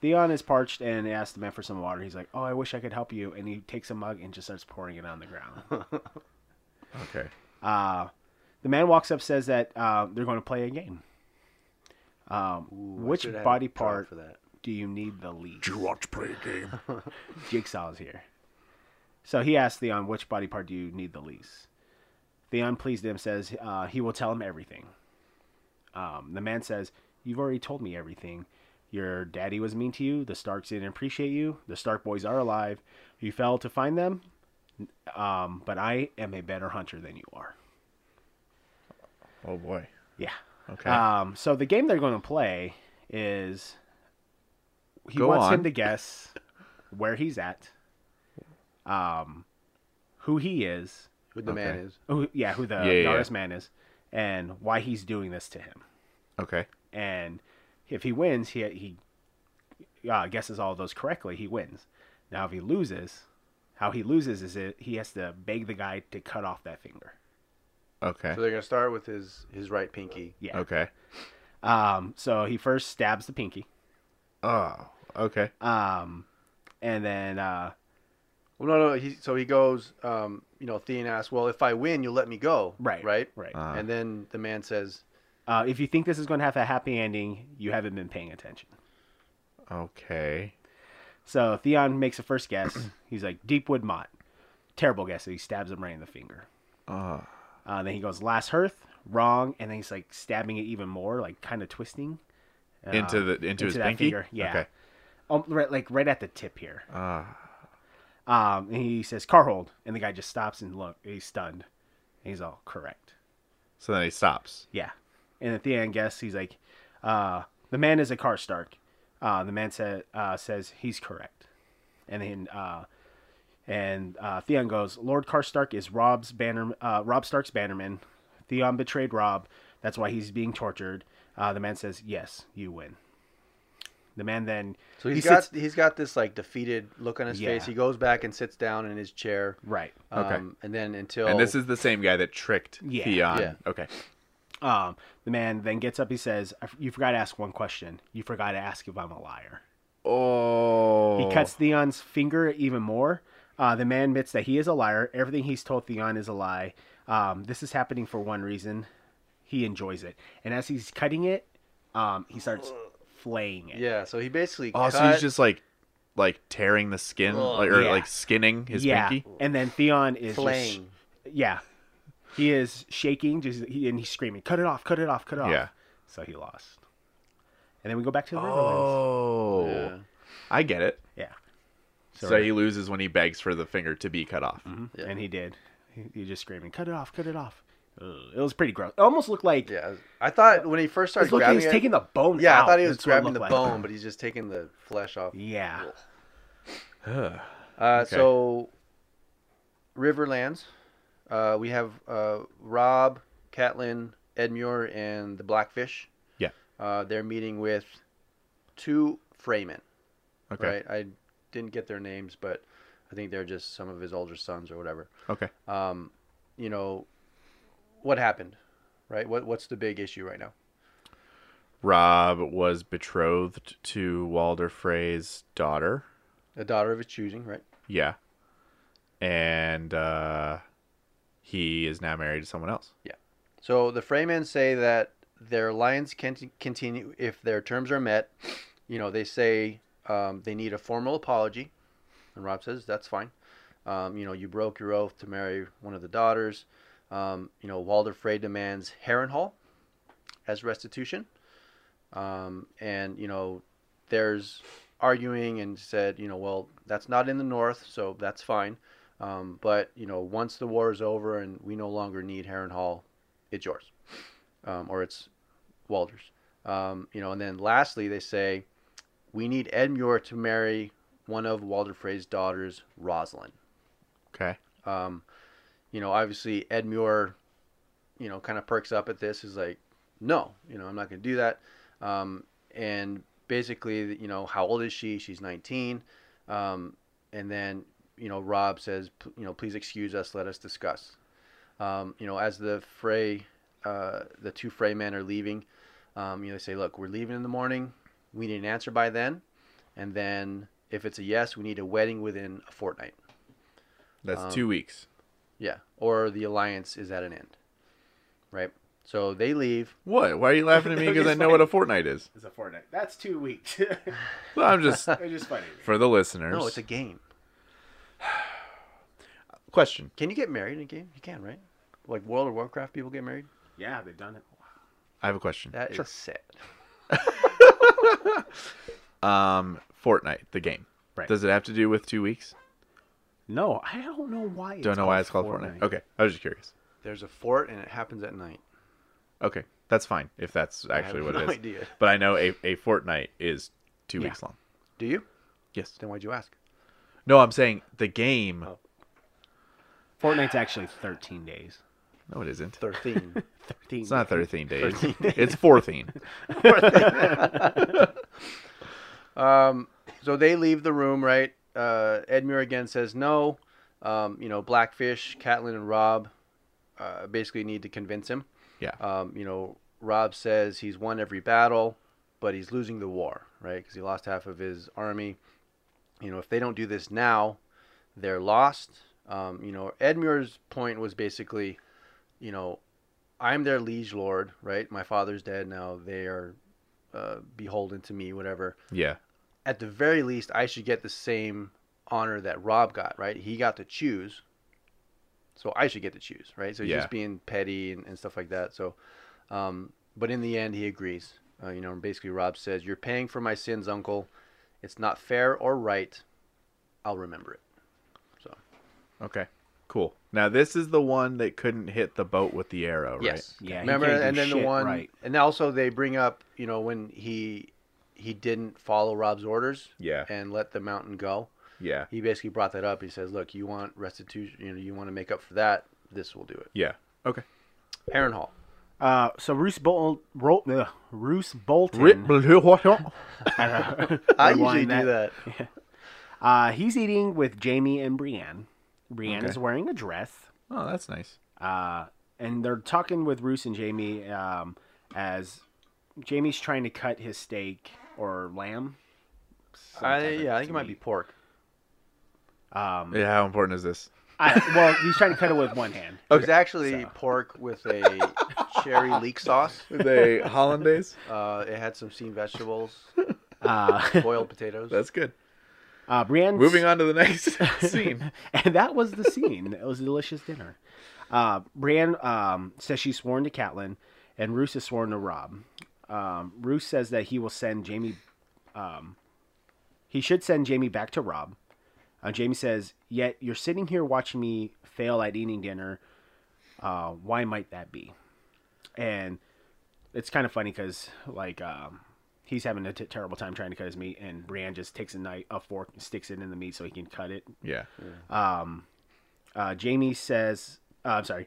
S2: Theon is parched and asks the man for some water. He's like, "Oh, I wish I could help you," and he takes a mug and just starts pouring it on the ground.
S3: Okay.
S2: Uh, the man walks up, says that uh, they're going to play a game. Um,
S4: Ooh, I
S2: which
S4: should have
S2: body
S4: tried
S2: part
S4: for that?
S2: do you need the least?
S3: want to play a game?
S2: Jigsaw's here. So he asks Theon, which body part do you need the least? Theon, pleased him, says uh, he will tell him everything. Um, the man says, You've already told me everything. Your daddy was mean to you. The Starks didn't appreciate you. The Stark boys are alive. You fell to find them. Um, but I am a better hunter than you are.
S3: Oh, boy.
S2: Yeah.
S3: Okay.
S2: Um, so the game they're going to play is he
S3: Go
S2: wants
S3: on.
S2: him to guess where he's at, um, who he is,
S4: Who the man
S3: Okay.
S4: is?
S2: who, yeah, who the
S3: Yeah, yeah,
S2: Yaris
S3: yeah.
S2: man is, and why he's doing this to him.
S3: okay.
S2: And if he wins, he he uh, guesses all those correctly. He wins. Now, if he loses, how he loses is it he has to beg the guy to cut off that finger.
S3: Okay.
S4: So they're gonna start with his his right pinky.
S2: Yeah.
S3: Okay.
S2: Um. So he first stabs the pinky.
S3: Oh, okay.
S2: Um, and then uh,
S4: Well, no, no. He, so he goes. Um, you know, Theon asks, "Well, if I win, you'll let me go,
S2: right,
S4: Right?
S2: right.
S3: Uh,
S4: And then the man says,
S2: Uh, if you think this is going to have a happy ending, you haven't been paying attention.
S3: Okay.
S2: So Theon makes a first guess. He's like Deepwood Mott. Terrible guess. So he stabs him right in the finger.
S3: Oh,
S2: Uh, then he goes Last Hearth, wrong, and then he's like stabbing it even more, like kind of twisting uh,
S3: into the into, his
S2: that
S3: pinky.
S2: finger. Yeah,
S3: Okay.
S2: um, right, like right at the tip here.
S3: Ah.
S2: Um, and he says Carhold, and the guy just stops and look, he's stunned. And he's all correct.
S3: so then he stops.
S2: Yeah. And at the end, guess he's like, uh, the man is a car Stark. Uh, the man said, uh, says he's correct. And then, uh, and uh, Theon goes, Lord Karstark is Rob's banner, uh, Rob Stark's bannerman. Theon betrayed Rob. That's why he's being tortured. Uh, the man says, "Yes, you win." The man then
S4: "So
S2: he
S4: he's got
S2: sits-
S4: he's got this like defeated look on his face.
S2: Yeah.
S4: He goes back and sits down in his chair.
S2: right.
S4: Um,
S3: Okay.
S4: And then until
S3: And this is the same guy that tricked
S2: Oh. Yeah.
S3: Theon.
S4: Yeah.
S3: Okay.
S2: Um, the man then gets up. He says, "I f- "You forgot to ask one question. You forgot to ask if I'm a liar."
S3: Oh.
S2: He cuts Theon's finger even more. Uh, the man admits that he is a liar. Everything he's told Theon is a lie. Um, this is happening for one reason. He enjoys it. And as he's cutting it, um, he starts flaying it.
S4: yeah. So he basically
S3: Oh, so
S4: cut-
S3: he's just like, like tearing the skin, like, or
S2: Yeah.
S3: like skinning his
S2: Yeah.
S3: pinky.
S2: And then Theon is
S4: flaying.
S2: Just, yeah. He is shaking just, he, and he's screaming, cut it off, cut it off, cut it off.
S3: Yeah.
S2: So he lost. And then we go back to the Riverlands.
S3: Oh.
S4: Yeah.
S3: I get it.
S2: Yeah.
S3: So, he
S2: Mm-hmm.
S3: loses when he begs for the finger to be cut off.
S2: And he did. He, he just screaming, cut it off, cut it off. Ugh, it was pretty gross. It almost looked like
S4: Yeah, I thought when he first started
S2: it's looking,
S4: grabbing
S2: he's
S4: it,
S2: taking the bone.
S4: yeah, I
S2: out.
S4: thought he was
S2: That's what it
S4: grabbing the
S2: looked like.
S4: bone, but he's just taking the flesh off.
S2: Yeah.
S3: Ugh.
S4: Uh,
S3: Okay.
S4: So, Riverlands, uh, we have uh, Rob, Catlin, Ed Muir, and the Blackfish.
S3: Yeah.
S4: Uh, they're meeting with two Freemen.
S3: Okay.
S4: Right. I didn't get their names, but I think they're just some of his older sons or whatever.
S3: Okay.
S4: Um, you know, what happened, right? What What's the big issue right now?
S3: Rob was betrothed to Walder Frey's daughter.
S4: A daughter of his choosing, right?
S3: Yeah. And uh, he is now married to someone else.
S4: So the Freemen say that their alliance can t- continue if their terms are met. You know, they say um, they need a formal apology, and Rob says that's fine. Um, you know, you broke your oath to marry one of the daughters. Um, you know, Walder Frey demands Harrenhal as restitution, um, and you know, there's arguing and said, you know, well, that's not in the north, so that's fine. Um, but you know, once the war is over and we no longer need Harrenhal, it's yours, um, or it's Walder's. Um, you know, and then lastly, they say we need Ed Muir to marry one of Walder Frey's daughters, Rosalind.
S3: Okay.
S4: Um, you know, obviously Ed Muir, you know, kind of perks up at this. Is like, no, you know, I'm not going to do that. Um, and basically, you know, how old is she? She's 19. Um, and then, you know, Rob says, "P- you know, please excuse us. Let us discuss. Um, you know, as the fray, uh, the two fray men are leaving, um, you know, they say, look, we're leaving in the morning. We need an answer by then. And then if it's a yes, we need a wedding within a fortnight.
S3: That's
S4: Um,
S3: two weeks.
S4: Yeah, or the alliance is at an end, right? So they leave.
S3: What? Why are you laughing at me?
S2: I'm
S3: Because I
S2: just
S3: know what a fortnight is.
S2: It's a Fortnite. That's two weeks.
S3: Well, I'm just
S2: It's just funny.
S3: for the listeners.
S4: No, it's a game.
S3: question.
S4: Can you get married in a game? You can, right? Like World of Warcraft, people get married.
S2: Yeah, they've done it.
S3: I have a question.
S4: That is sad.
S3: Um, Fortnite, the game.
S2: Right.
S3: Does it have to do with two weeks?
S2: No, I don't know why. It's
S3: Don't know why it's called Fortnite. Okay, I was just curious.
S4: There's a fort, and it happens at night.
S3: Okay, that's fine if that's actually
S4: I have
S3: what
S4: no
S3: it is.
S4: idea.
S3: But I know a a fortnight is two
S2: Yeah.
S3: weeks long.
S4: Do you?
S3: Yes.
S4: Then why'd you ask?
S3: No, I'm saying the game.
S4: Oh.
S2: Fortnite's actually 13 days.
S3: No, it isn't.
S4: Thirteen.
S2: 13.
S3: It's not 13 days.
S4: 13
S3: It's 14.
S4: um, so they leave the room, right? Uh, Edmure again says no. Um, you know, Blackfish, Catlin, and Rob uh, basically need to convince him.
S3: Yeah.
S4: Um, you know, Rob says he's won every battle, but he's losing the war, right? Because he lost half of his army. You know, if they don't do this now, they're lost. Um, you know, Edmure's point was basically, you know, I'm their liege lord, right? My father's dead now. They are uh, beholden to me, whatever.
S3: Yeah.
S4: At the very least, I should get the same honor that Rob got, right? He got to choose. So I should get to choose, right? So he's
S3: Yeah.
S4: just being petty and, and stuff like that. So, um, but in the end, he agrees. Uh, you know, and basically, Rob says, You're paying for my sins, uncle. It's not fair or right. I'll remember it.
S3: Okay. Cool. Now this is the one that couldn't hit the boat with the arrow, right?
S4: Yes.
S2: Yeah, he
S4: Remember,
S2: can't do
S4: and then the
S2: shit
S4: one,
S2: right.
S4: and also they bring up, you know, when he he didn't follow Rob's orders
S3: Yeah.
S4: and let the mountain go.
S3: Yeah.
S4: He basically brought that up. He says, "Look, you want restitution? You know, you want to make up for that? This will do it."
S3: Yeah. Okay.
S4: Harrenhal.
S2: Uh, so Roose, Bol- Ro- ugh, Roose Bolton.
S3: Oh,
S4: I
S2: Rewind
S4: usually do that.
S2: Uh, he's eating with Jamie and Brienne. Brienne
S3: Okay.
S2: is wearing a dress.
S3: Oh, that's nice.
S2: Uh, and they're talking with Roose and Jamie um, as Jamie's trying to cut his steak or lamb. Some
S4: I,
S2: type of
S4: yeah, I think it might be
S2: meat.
S4: pork.
S2: Um,
S3: Yeah, how important is this?
S2: I, well, he's trying to cut it with one hand.
S4: It was actually pork with a cherry leek sauce.
S3: They hollandaise?
S4: Uh, it had some steamed vegetables,
S2: Uh,
S4: boiled potatoes.
S3: That's good.
S2: uh, Brienne's,
S3: Moving on to the next scene.
S2: and that was the scene. It was a delicious dinner. Uh, Brienne um, says she's sworn to Catelyn, and Roose is sworn to Rob. Um, Roose says that he will send Jamie. Um, he should send Jamie back to Rob. Uh, Jamie says, "Yet you're sitting here watching me fail at eating dinner. Uh, why might that be? And it's kind of funny because like um, he's having a t- terrible time trying to cut his meat, and Brienne just takes a knife, a fork, and sticks it in the meat so he can cut it.
S3: Yeah.
S2: Uh, Jamie says, uh, "I'm sorry."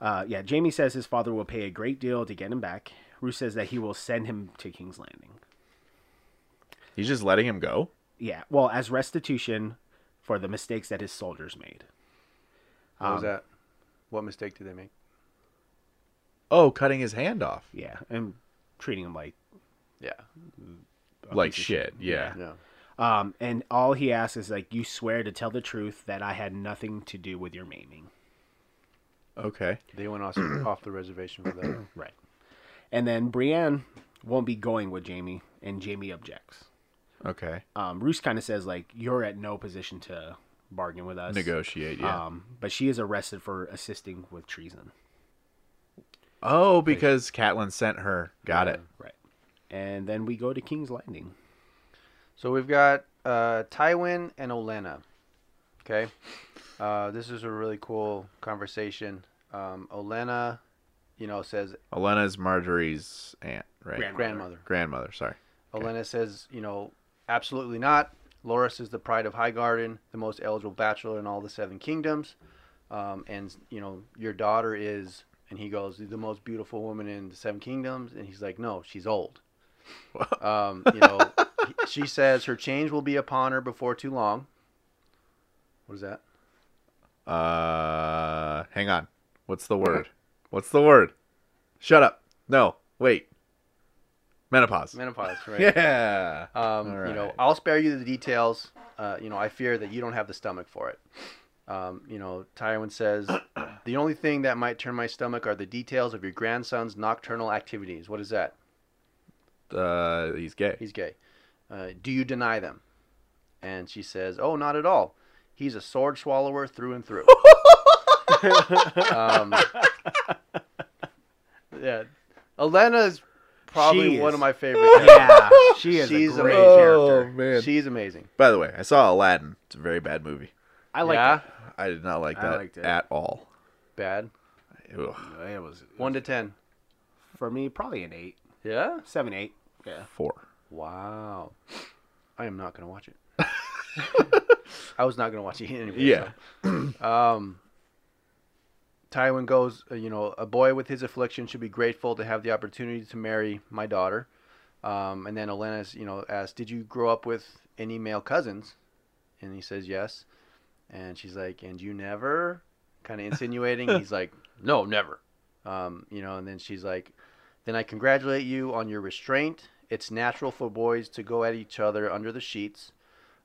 S2: Uh, yeah, Jamie says his father will pay a great deal to get him back. Roose says that he will send him to King's Landing.
S3: He's just letting him go.
S2: Yeah, well, as restitution for the mistakes that his soldiers made.
S4: What was that? What mistake did they make?
S3: Oh, cutting his hand off.
S2: Yeah, and treating him like
S4: Yeah.
S3: Like shit. Yeah.
S4: No.
S2: Um, and all he asks is like, "You swear to tell the truth that I had nothing to do with your maiming."
S3: Okay.
S4: They went off, off the reservation for that.
S2: Right. And then Brienne won't be going with Jamie, and Jamie objects.
S3: Okay.
S2: Um, Roose kind of says like, "You're at no position to bargain with us."
S3: Negotiate. Yeah.
S2: Um, but she is arrested for assisting with treason.
S3: oh, because Catelyn sent her. Got it.
S2: Mm, Right. And then we go to King's Landing.
S4: So we've got uh, Tywin and Olenna. Okay. Uh, this is a really cool conversation. Um, Olenna, you know, says
S3: Elena's Marjorie's aunt, right?
S2: Grandmother.
S4: grandmother.
S3: Grandmother. Sorry.
S4: Olenna says, you know, absolutely not. Loris is the pride of High Garden, the most eligible bachelor in all the Seven Kingdoms, um, and you know your daughter is. And he goes, the most beautiful woman in the Seven Kingdoms, and he's like, no, she's old. um, you know, he- she says her change will be upon her before too long. What is that?
S3: Uh, hang on. What's the word? What's the word? Shut up. No. Wait. Menopause.
S4: Menopause, right?
S3: Yeah.
S4: Um,
S3: All
S4: You know,
S3: right.
S4: I'll spare you the details. Uh, you know, I fear that you don't have the stomach for it. Um, you know, Tywin says, the only thing that might turn my stomach are the details of your grandson's nocturnal activities. What is that?
S3: uh, he's gay.
S4: He's gay. Uh, do you deny them? And she says, oh, not at all. He's a sword swallower through and through. um, yeah. Elena's probably
S2: She is-
S4: one of my favorite characters.
S2: Yeah, she is
S4: She's
S2: a great
S4: amazing.
S2: character.
S3: Oh, man.
S4: She's amazing.
S3: By the way, I saw Aladdin. It's a very bad movie.
S2: I like
S4: yeah?
S3: I did not like
S2: I
S3: that
S2: liked it.
S3: at all.
S4: Bad.
S3: Ugh.
S2: it. It was
S4: One to ten.
S2: for me probably an eight,
S4: Yeah.
S2: seven, eight. Yeah.
S3: Four.
S4: Wow. I am not gonna watch it. I was not gonna watch it anyway.
S3: Yeah.
S4: so. Um. Tywin goes. uh, You know, a boy with his affliction should be grateful to have the opportunity to marry my daughter. Um, and then Elena's, you know, asks, "Did you grow up with any male cousins?" And he says, "Yes." And she's like, "And you never?" Kind of insinuating. He's like, "No, never." Um, you know, and then she's like, then I congratulate you on your restraint. It's natural for boys to go at each other under the sheets.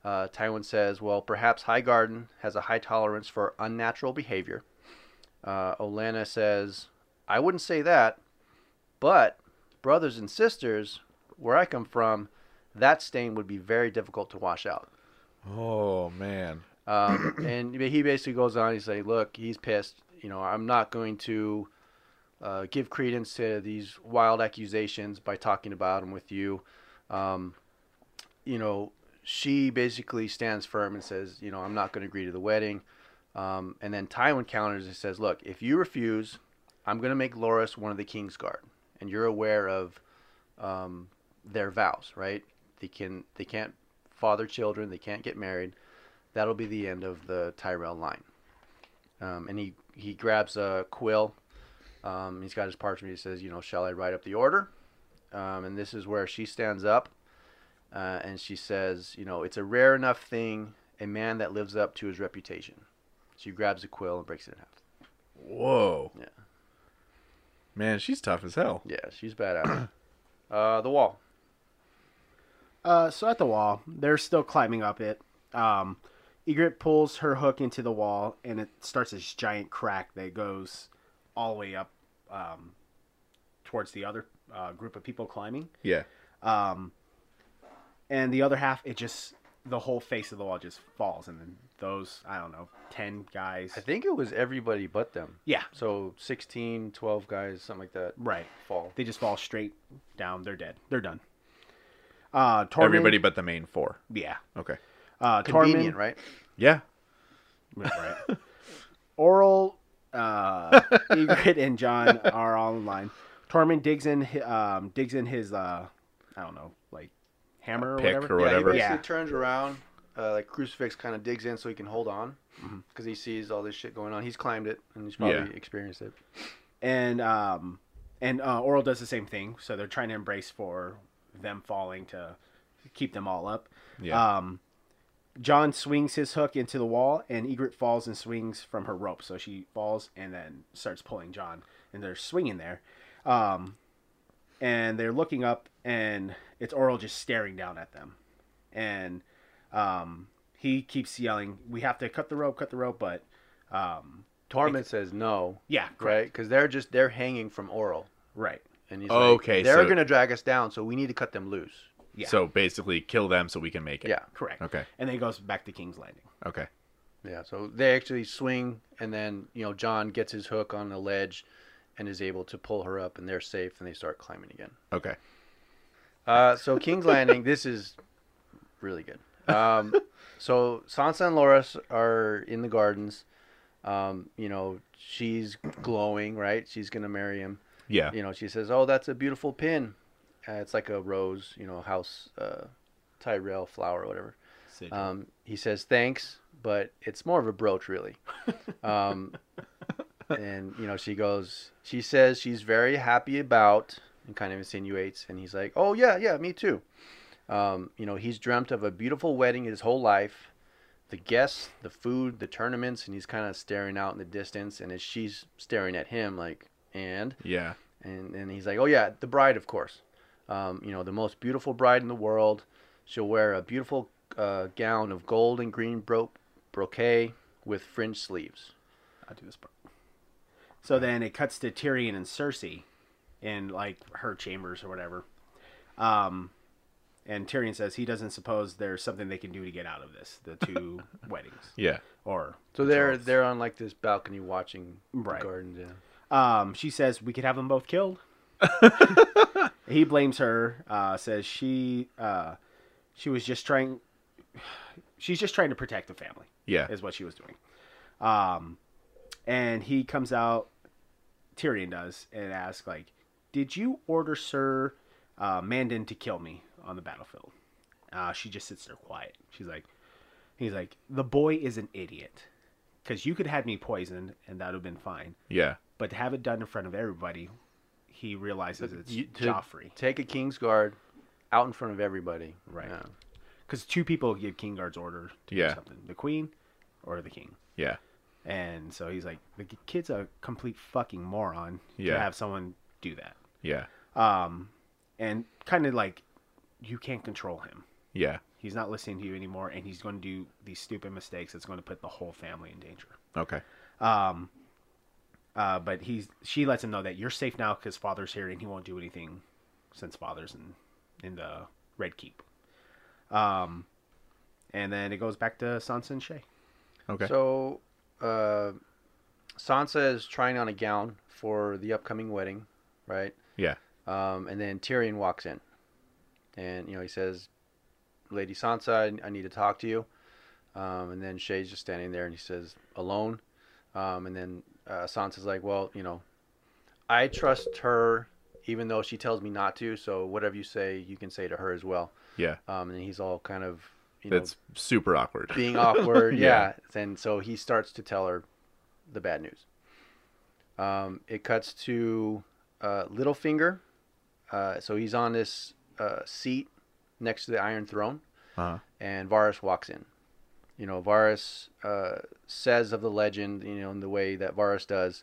S4: Uh, Tywin says, well, perhaps High Garden has a high tolerance for unnatural behavior. Uh, Olana says, I wouldn't say that, but brothers and sisters, where I come from, that stain would be very difficult to wash out.
S3: Oh man.
S4: Um, and he basically goes on. He's like, "Look, he's pissed. You know, I'm not going to uh, give credence to these wild accusations by talking about them with you." Um, you know, she basically stands firm and says, "You know, I'm not going to agree to the wedding." Um, and then Tywin counters and says, "Look, if you refuse, I'm going to make Loras one of the King's Guard, and you're aware of um, their vows, right? They can they can't father children, they can't get married." that'll be the end of the Tyrell line. Um, and he, he grabs a quill. Um, he's got his parchment. He says, you know, shall I write up the order? Um, and this is where she stands up uh, and she says, you know, it's a rare enough thing, a man that lives up to his reputation. She grabs a quill and breaks it in half.
S3: Whoa.
S4: Yeah.
S3: Man, she's tough as hell.
S4: Yeah, she's badass. uh, the wall.
S2: Uh, so at the wall, they're still climbing up it. Um, Egret pulls her hook into the wall, and it starts this giant crack that goes all the way up um, towards the other uh, group of people climbing.
S3: Yeah.
S2: Um, and the other half, it just the whole face of the wall just falls, and then those I don't know ten guys.
S4: I think it was everybody but them.
S2: yeah,
S4: So 16, 12 guys, something like that.
S2: right.
S4: Fall.
S2: They just fall straight down. They're dead. They're done. Uh, Tormund,
S3: Everybody but the main four.
S2: yeah.
S3: Okay.
S2: Uh,
S4: Convenient,
S2: Tormund,
S4: right?
S3: Yeah.
S2: Right. Oral, uh, Egret and John are all in line. Tormund digs in, hi- um, digs in his, uh, I don't know, like hammer or
S3: Pick
S2: whatever.
S3: or
S4: Yeah, he
S3: whatever.
S2: Yeah.
S4: basically turns around, uh, like crucifix kind of digs in so he can hold on, because he sees all this shit going on. He's climbed it and he's probably
S3: Mm-hmm. Yeah.
S4: experienced it.
S2: and um, and uh, Oral does the same thing. So they're trying to embrace for them falling to keep them all up.
S4: Uh,
S3: Yeah.
S2: Um, John swings his hook into the wall, and Egret falls and swings from her rope. So she falls and then starts pulling John, and they're swinging there. Um, and they're looking up, and it's Oral just staring down at them, and um, he keeps yelling, "We have to cut the rope, cut the rope!" But um,
S4: Torment says no,
S2: yeah,
S4: right? Because they're just they're hanging from oral,
S2: right.
S4: and he's
S3: Okay,
S4: like, they're
S3: so-
S4: gonna drag us down, so we need to cut them loose.
S2: Yeah.
S3: So basically, kill them so we can make it.
S4: Yeah,
S2: Correct.
S3: Okay.
S2: And then he goes back to King's Landing.
S3: Okay.
S4: yeah. So they actually swing, and then you know John gets his hook on the ledge, and is able to pull her up, and they're safe, and they start climbing again.
S3: Okay.
S4: Uh, so King's Landing, this is really good. Um, so Sansa and Loras are in the gardens. Um, you know, she's glowing, right? She's gonna marry him.
S3: Yeah.
S4: You know, she says, "Oh, that's a beautiful pin. Uh, it's like a rose, you know, house uh, Tyrell flower or whatever." Um, he says, "Thanks, but it's more of a brooch, really." Um, and you know, she goes, she says she's very happy about, and kind of insinuates, and he's like, "Oh yeah, yeah, me too." Um, you know, he's dreamt of a beautiful wedding his whole life, the guests, the food, the tournaments, and he's kind of staring out in the distance, and as she's staring at him, like, and
S3: yeah.
S4: and and he's like, "Oh yeah, the bride, of course. Um, you know, the most beautiful bride in the world. She'll wear a beautiful uh, gown of gold and green bro- brocade with fringe sleeves."
S2: I'll do this part. So then it cuts to Tyrion and Cersei in like her chambers or whatever. Um, and Tyrion says he doesn't suppose there's something they can do to get out of this, the two weddings.
S3: Yeah.
S2: Or
S4: So they're
S2: Charles.
S4: they're on like this balcony watching
S2: Right.
S4: the gardens. Yeah.
S2: Um, she says we could have them both killed. he blames her. Uh, says she uh, she was just trying. She's just trying to protect the family.
S3: Yeah.
S2: is what she was doing. Um, and he comes out, Tyrion does, and asks like, "Did you order Sir uh, Mandan to kill me on the battlefield?" Uh, she just sits there quiet. She's like, "He's like, the boy is an idiot, because you could have me poisoned and that would have been fine,
S3: Yeah.
S2: but to have it done in front of everybody." He realizes it's
S4: You- to
S2: Joffrey
S4: Take a king's guard out in front of everybody.
S2: Right.
S4: Yeah.
S2: because two people give King Guard's order to
S3: Yeah.
S2: do something: the Queen or the King.
S3: Yeah.
S2: And so he's like, the kid's a complete fucking moron
S3: Yeah.
S2: to have someone do that.
S3: Yeah.
S2: Um, and kind of like, you can't control him.
S3: Yeah.
S2: He's not listening to you anymore, and he's going to do these stupid mistakes that's going to put the whole family in danger.
S3: Okay.
S2: Um, uh, but he's she lets him know that you're safe now because father's here and he won't do anything since father's in in the Red Keep. Um, and then it goes back to Sansa and Shay.
S3: Okay.
S4: So, uh, Sansa is trying on a gown for the upcoming wedding, right?
S3: yeah.
S4: Um, and then Tyrion walks in, and you know he says, "Lady Sansa, I, I need to talk to you." Um, and then Shay's just standing there, and he says, "Alone." Um, and then uh, Sansa's like, "Well, you know, I trust her, even though she tells me not to. So whatever you say, you can say to her as well."
S3: Yeah.
S4: Um, and he's all kind of, you know,
S3: That's super awkward.
S4: being awkward. yeah.
S3: Yeah.
S4: And so he starts to tell her the bad news. Um, it cuts to uh, Littlefinger. Uh, so he's on this uh, seat next to the Iron Throne,
S3: Uh-huh.
S4: and Varus walks in. You know, Varus uh, says of the legend, you know, in the way that Varus does,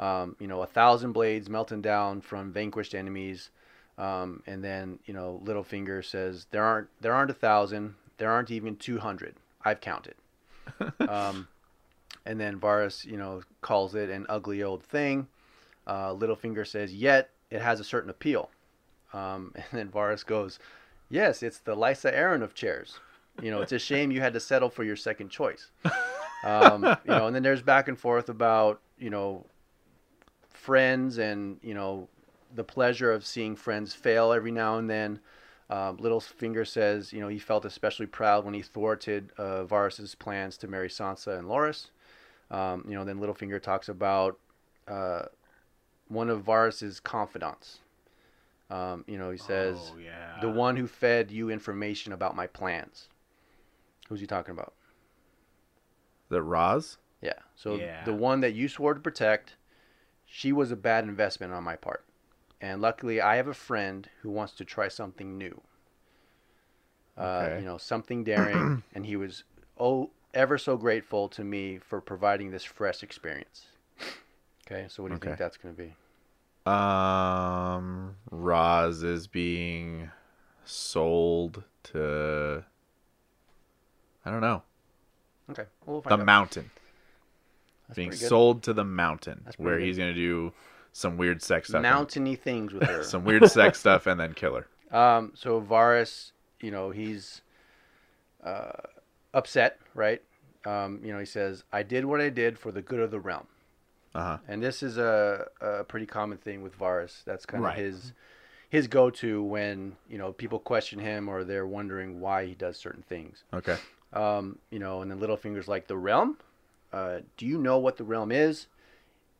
S4: um, you know, a thousand blades melting down from vanquished enemies. Um, and then, you know, Littlefinger says, there aren't, there aren't a thousand, there aren't even 200. I've counted. um, and then Varus, you know, calls it an ugly old thing. Uh, Littlefinger says, yet it has a certain appeal. Um, and then Varus goes, yes, it's the Lysa Aaron of chairs. You know, it's a shame you had to settle for your second choice. Um, you know, and then there's back and forth about, you know, friends and you know the pleasure of seeing friends fail every now and then. Um, Littlefinger says, you know, he felt especially proud when he thwarted uh, Varys's plans to marry Sansa and Loras. Um, you know, then Littlefinger talks about uh, one of Varus's confidants. Um, you know, he says
S2: oh, yeah.
S3: Uh,
S4: the one who fed you information about my plans. Who's he talking about?
S3: That Roz?
S4: Yeah. So
S2: Yeah.
S4: the one that you swore to protect, she was a bad investment on my part. And luckily, I have a friend who wants to try something new. Uh,
S3: Okay.
S4: you know, something daring, and he was oh ever so grateful to me for providing this fresh experience. Okay, so what do you think
S3: Okay.
S4: that's going to be?
S3: Um, Roz is being sold to. I don't know.
S4: Okay, we'll
S3: The
S4: find out.
S3: mountain.
S4: That's
S3: being
S4: pretty good.
S3: sold to the mountain,
S4: That's pretty
S3: where
S4: good.
S3: he's gonna do some weird sex stuff. and-
S4: mountainy things with her.
S3: some weird sex stuff, and then kill her.
S4: Um, so Varus, you know, he's uh, upset, right? Um, you know, he says, "I did what I did for the good of the realm,"
S3: Uh huh.
S4: and this is a, a pretty common thing with Varus. That's kind of
S2: Right.
S4: his his go-to when you know people question him or they're wondering why he does certain things.
S3: Okay.
S4: Um, you know, and then Littlefinger's like, "The realm? Uh, do you know what the realm is?"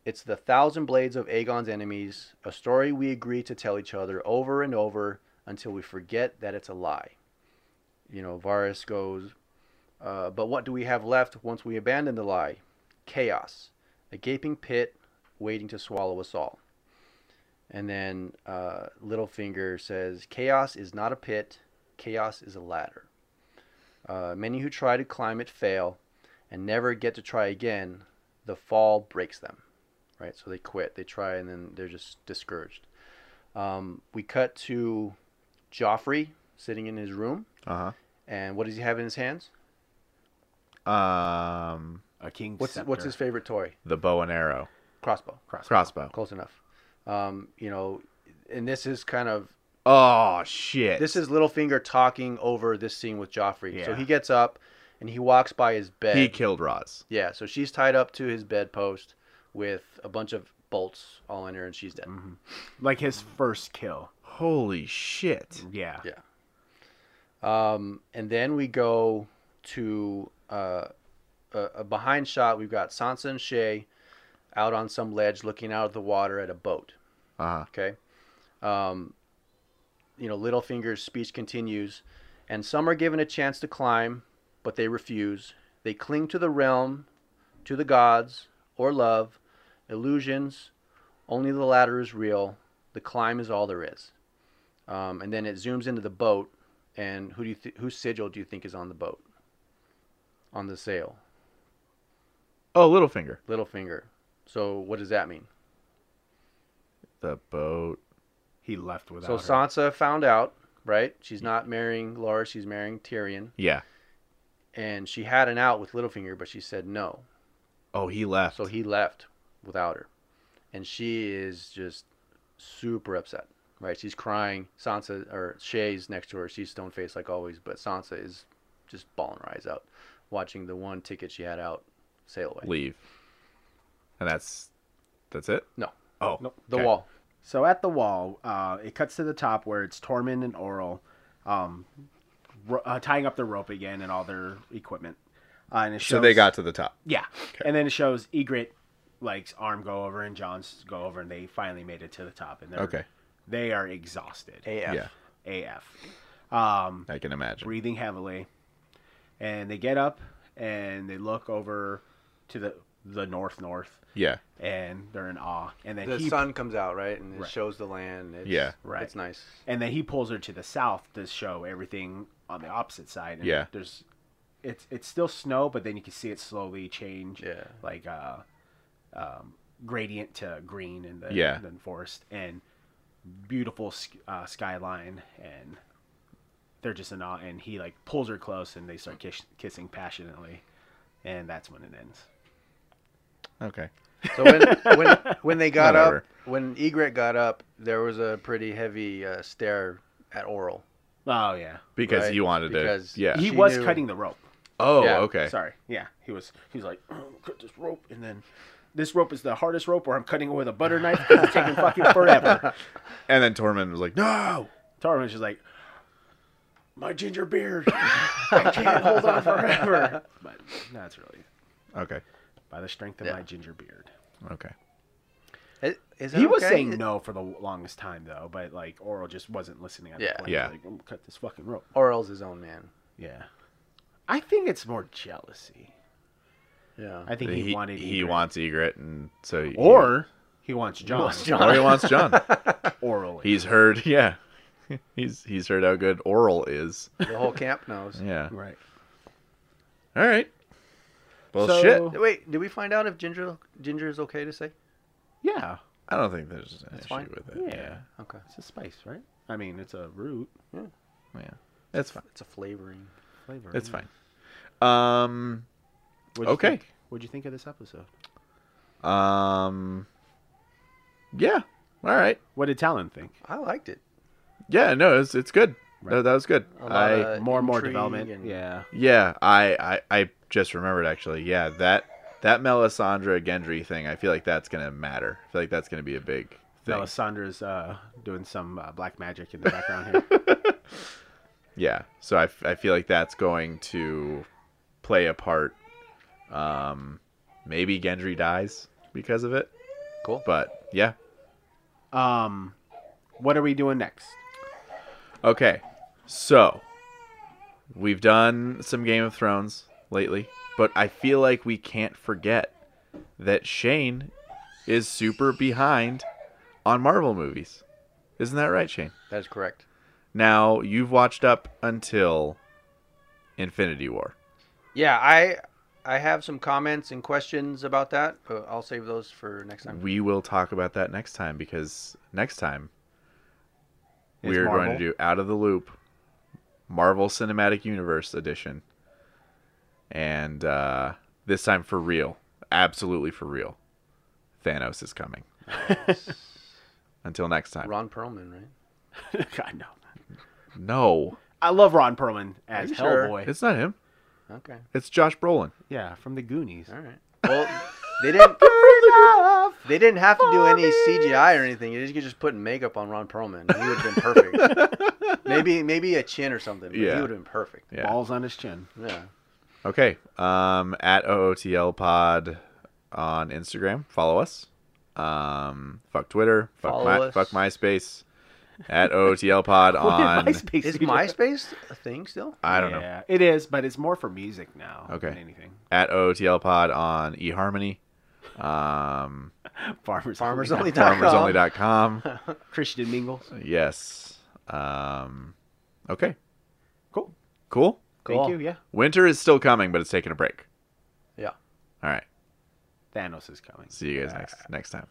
S4: It's the thousand blades of Aegon's enemies, a story we agree to tell each other over and over until we forget that it's a lie. You know, Varus goes, uh, But what do we have left once we abandon the lie? Chaos, a gaping pit waiting to swallow us all. And then uh, Littlefinger says, Chaos is not a pit, chaos is a ladder. Uh, many who try to climb it fail and never get to try again. The fall breaks them, right? So they quit. They try and then they're just discouraged. Um, we cut to Joffrey sitting in his room.
S3: Uh
S4: And what does he have in his hands?
S3: huh. Um,
S2: a king.
S4: What's, what's his favorite toy?
S3: the bow and arrow,
S4: Crossbow.
S3: crossbow.
S4: Close enough. Um, you know, and this is kind of
S3: Oh shit!
S4: this is Littlefinger talking over this scene with Joffrey. So
S2: Yeah.
S4: he gets up and he walks by his bed.
S3: he killed Roz.
S4: Yeah, so she's tied up to his bedpost with a bunch of bolts all in her, and she's dead.
S2: like his first kill?
S3: Holy shit!
S2: Yeah.
S4: Yeah. Um, and then we go to uh, a, a behind shot. We've got Sansa and Shay out on some ledge looking out of the water at a boat.
S3: Uh huh.
S4: Okay. Um, you know, Littlefinger's speech continues, and some are given a chance to climb, but they refuse. They cling to the realm, to the gods, or love, illusions. Only the latter is real. The climb is all there is. Um, and then it zooms into the boat, and who do you th- whose sigil do you think is on the boat? On the sail,
S3: Oh, Littlefinger.
S4: Littlefinger. So what does that mean?
S3: The boat.
S2: He left without.
S4: So
S2: her.
S4: Sansa found out, right? She's not marrying Laura, she's marrying Tyrion.
S3: Yeah.
S4: And she had an out with Littlefinger, but she said no.
S3: Oh, he left.
S4: So he left without her. And she is just super upset, right? She's crying. Sansa, or Shay's next to her. She's stone faced like always, but Sansa is just bawling her eyes out, watching the one ticket she had out sail away.
S3: leave. And that's that's it.
S4: No,
S3: Oh,
S2: Nope.
S4: the
S3: okay.
S4: wall.
S2: So at the wall, uh, it cuts to the top where it's Tormund and Oral um, ro- uh, tying up their rope again and all their equipment. Uh, and it shows,
S3: So they got to the top.
S2: yeah, and then it shows Egret like arm go over and John's go over, and they finally made it to the top, and they're
S3: Okay.
S2: they are exhausted
S4: AF.
S3: Yeah,
S2: AF, um,
S3: I can imagine.
S2: breathing heavily, and they get up and they look over to the the north north,
S3: Yeah.
S2: and they're in awe, and then
S4: The
S2: he
S4: sun comes out, right? And it
S2: Right.
S4: shows the land. It's,
S3: Yeah.
S2: Right.
S4: It's nice.
S2: and then he pulls her to the south to show everything on the opposite side. And
S3: Yeah.
S2: there's it's it's still snow, but then you can see it slowly change.
S4: Yeah.
S2: like uh, um, gradient to green in the
S3: Yeah.
S2: then forest and beautiful sk- uh, skyline and they're just in awe. And he like pulls her close and they start kiss- kissing passionately, and that's when it ends.
S3: Okay.
S4: So when when when they got
S3: Whatever.
S4: up, when Egret got up, there was a pretty heavy uh, stare at Oral.
S2: Oh yeah,
S3: Because
S4: Right,
S3: he wanted
S4: because
S3: to. Yeah.
S2: he
S4: She
S2: was
S4: knew-
S2: cutting the rope.
S3: oh,
S4: yeah,
S3: okay.
S2: Sorry. Yeah, he was. He was like, "Oh, cut this rope, and then this rope is the hardest rope, or I'm cutting it with a butter knife. 'cause It's taking fucking forever.
S3: And then Tormund was like, "No."
S2: Tormund's just like, my ginger beard. I can't hold on forever. But that's really
S3: Okay.
S2: by the strength of
S4: Yeah.
S2: my ginger beard.
S3: Okay.
S4: Is, is that
S2: He was
S4: okay?
S2: saying no for the longest time though, but like Oral just wasn't listening at
S4: Yeah.
S2: the point.
S3: Yeah.
S2: Like, I'm gonna cut this fucking rope.
S4: Oral's his own man.
S2: Yeah. I think it's more jealousy.
S4: Yeah.
S2: I think he,
S3: he
S2: wanted
S3: he
S2: Egret.
S3: wants Egret, and so he-
S2: or he wants John,
S4: wants John.
S3: or he wants John.
S2: orally.
S3: he's heard, yeah, he's he's heard how good Oral is.
S4: the whole camp knows.
S3: Yeah.
S2: right.
S3: All right. Well,
S2: So-
S3: shit.
S4: Wait, did we find out if Ginger Ginger is okay to say?
S2: Yeah.
S3: I don't think there's an issue
S4: fine.
S3: with
S2: Yeah.
S3: it. Yeah.
S4: Okay.
S2: It's a spice, right? I mean, it's a root
S3: Yeah. That's fine.
S4: It's a flavoring.
S2: flavor.
S3: That's fine. Um.
S2: What'd you
S3: Okay.
S2: think- What'd you think of this episode?
S3: Um. Yeah. All right.
S2: What did Talon think?
S4: I liked it.
S3: Yeah. No. It's it's good.
S2: Right.
S3: That, that was good.
S4: A lot
S3: I
S4: of- Uh,
S2: more and more
S4: intrigue
S2: development.
S4: and-
S2: Yeah.
S3: yeah. I, I I just remembered actually. Yeah. That that Melisandre Gendry thing. I feel like that's gonna matter. I feel like that's gonna be a big thing.
S2: Melisandre's uh, doing some uh, black magic in the background here.
S3: Yeah. So I, f- I feel like that's going to play a part. Um. Maybe Gendry dies because of it.
S4: Cool.
S3: But yeah.
S2: Um, what are we doing next?
S3: Okay, so we've done some Game of Thrones lately, but I feel like we can't forget that Shane is super behind on Marvel movies. Isn't that right, Shane?
S4: That is correct.
S3: Now you've watched up until Infinity War.
S4: Yeah, I I have some comments and questions about that, but I'll save those for next time.
S3: We will talk about that next time because next time
S2: Is
S3: we're going
S2: Marvel.
S3: to do Out of the Loop Marvel Cinematic Universe Edition. And uh, this time for real. Absolutely for real. Thanos is coming. Until next time.
S4: Ron Perlman, right?
S2: God no.
S3: No,
S2: I love Ron Perlman as
S4: you sure?
S2: Hellboy.
S3: it's not him.
S4: Okay.
S3: It's Josh Brolin.
S2: Yeah, from the Goonies.
S4: All right. Well, they didn't they didn't have to do any CGI or anything. You could just put makeup on Ron Perlman. He would have been perfect. maybe maybe a chin or something. But
S3: Yeah.
S4: He would have been perfect.
S3: Yeah.
S2: Balls on his chin.
S4: Yeah.
S3: Okay. Um, at OOTL Pod on Instagram. Follow us. Um, fuck Twitter. Fuck,
S4: Follow
S3: my,
S4: us.
S3: fuck MySpace. At OOTL Pod
S2: What
S3: on.
S2: did MySpace
S4: Is
S2: do?
S4: MySpace a thing still?
S3: I don't know.
S2: Yeah, it is, but it's more for music now.
S3: Okay.
S2: Than anything.
S3: at OOTL Pod on eHarmony, um,
S2: Farmers.
S4: Farmers
S2: only.
S4: only. Dot com.
S3: farmersonly.com.
S2: Christian Mingles.
S3: yes. Um, okay.
S2: Cool.
S3: Cool.
S4: Cool.
S2: Thank you. Yeah.
S3: Winter is still coming, but it's taking a break.
S4: Yeah.
S3: All right.
S2: Thanos is coming.
S3: See you guys next next time.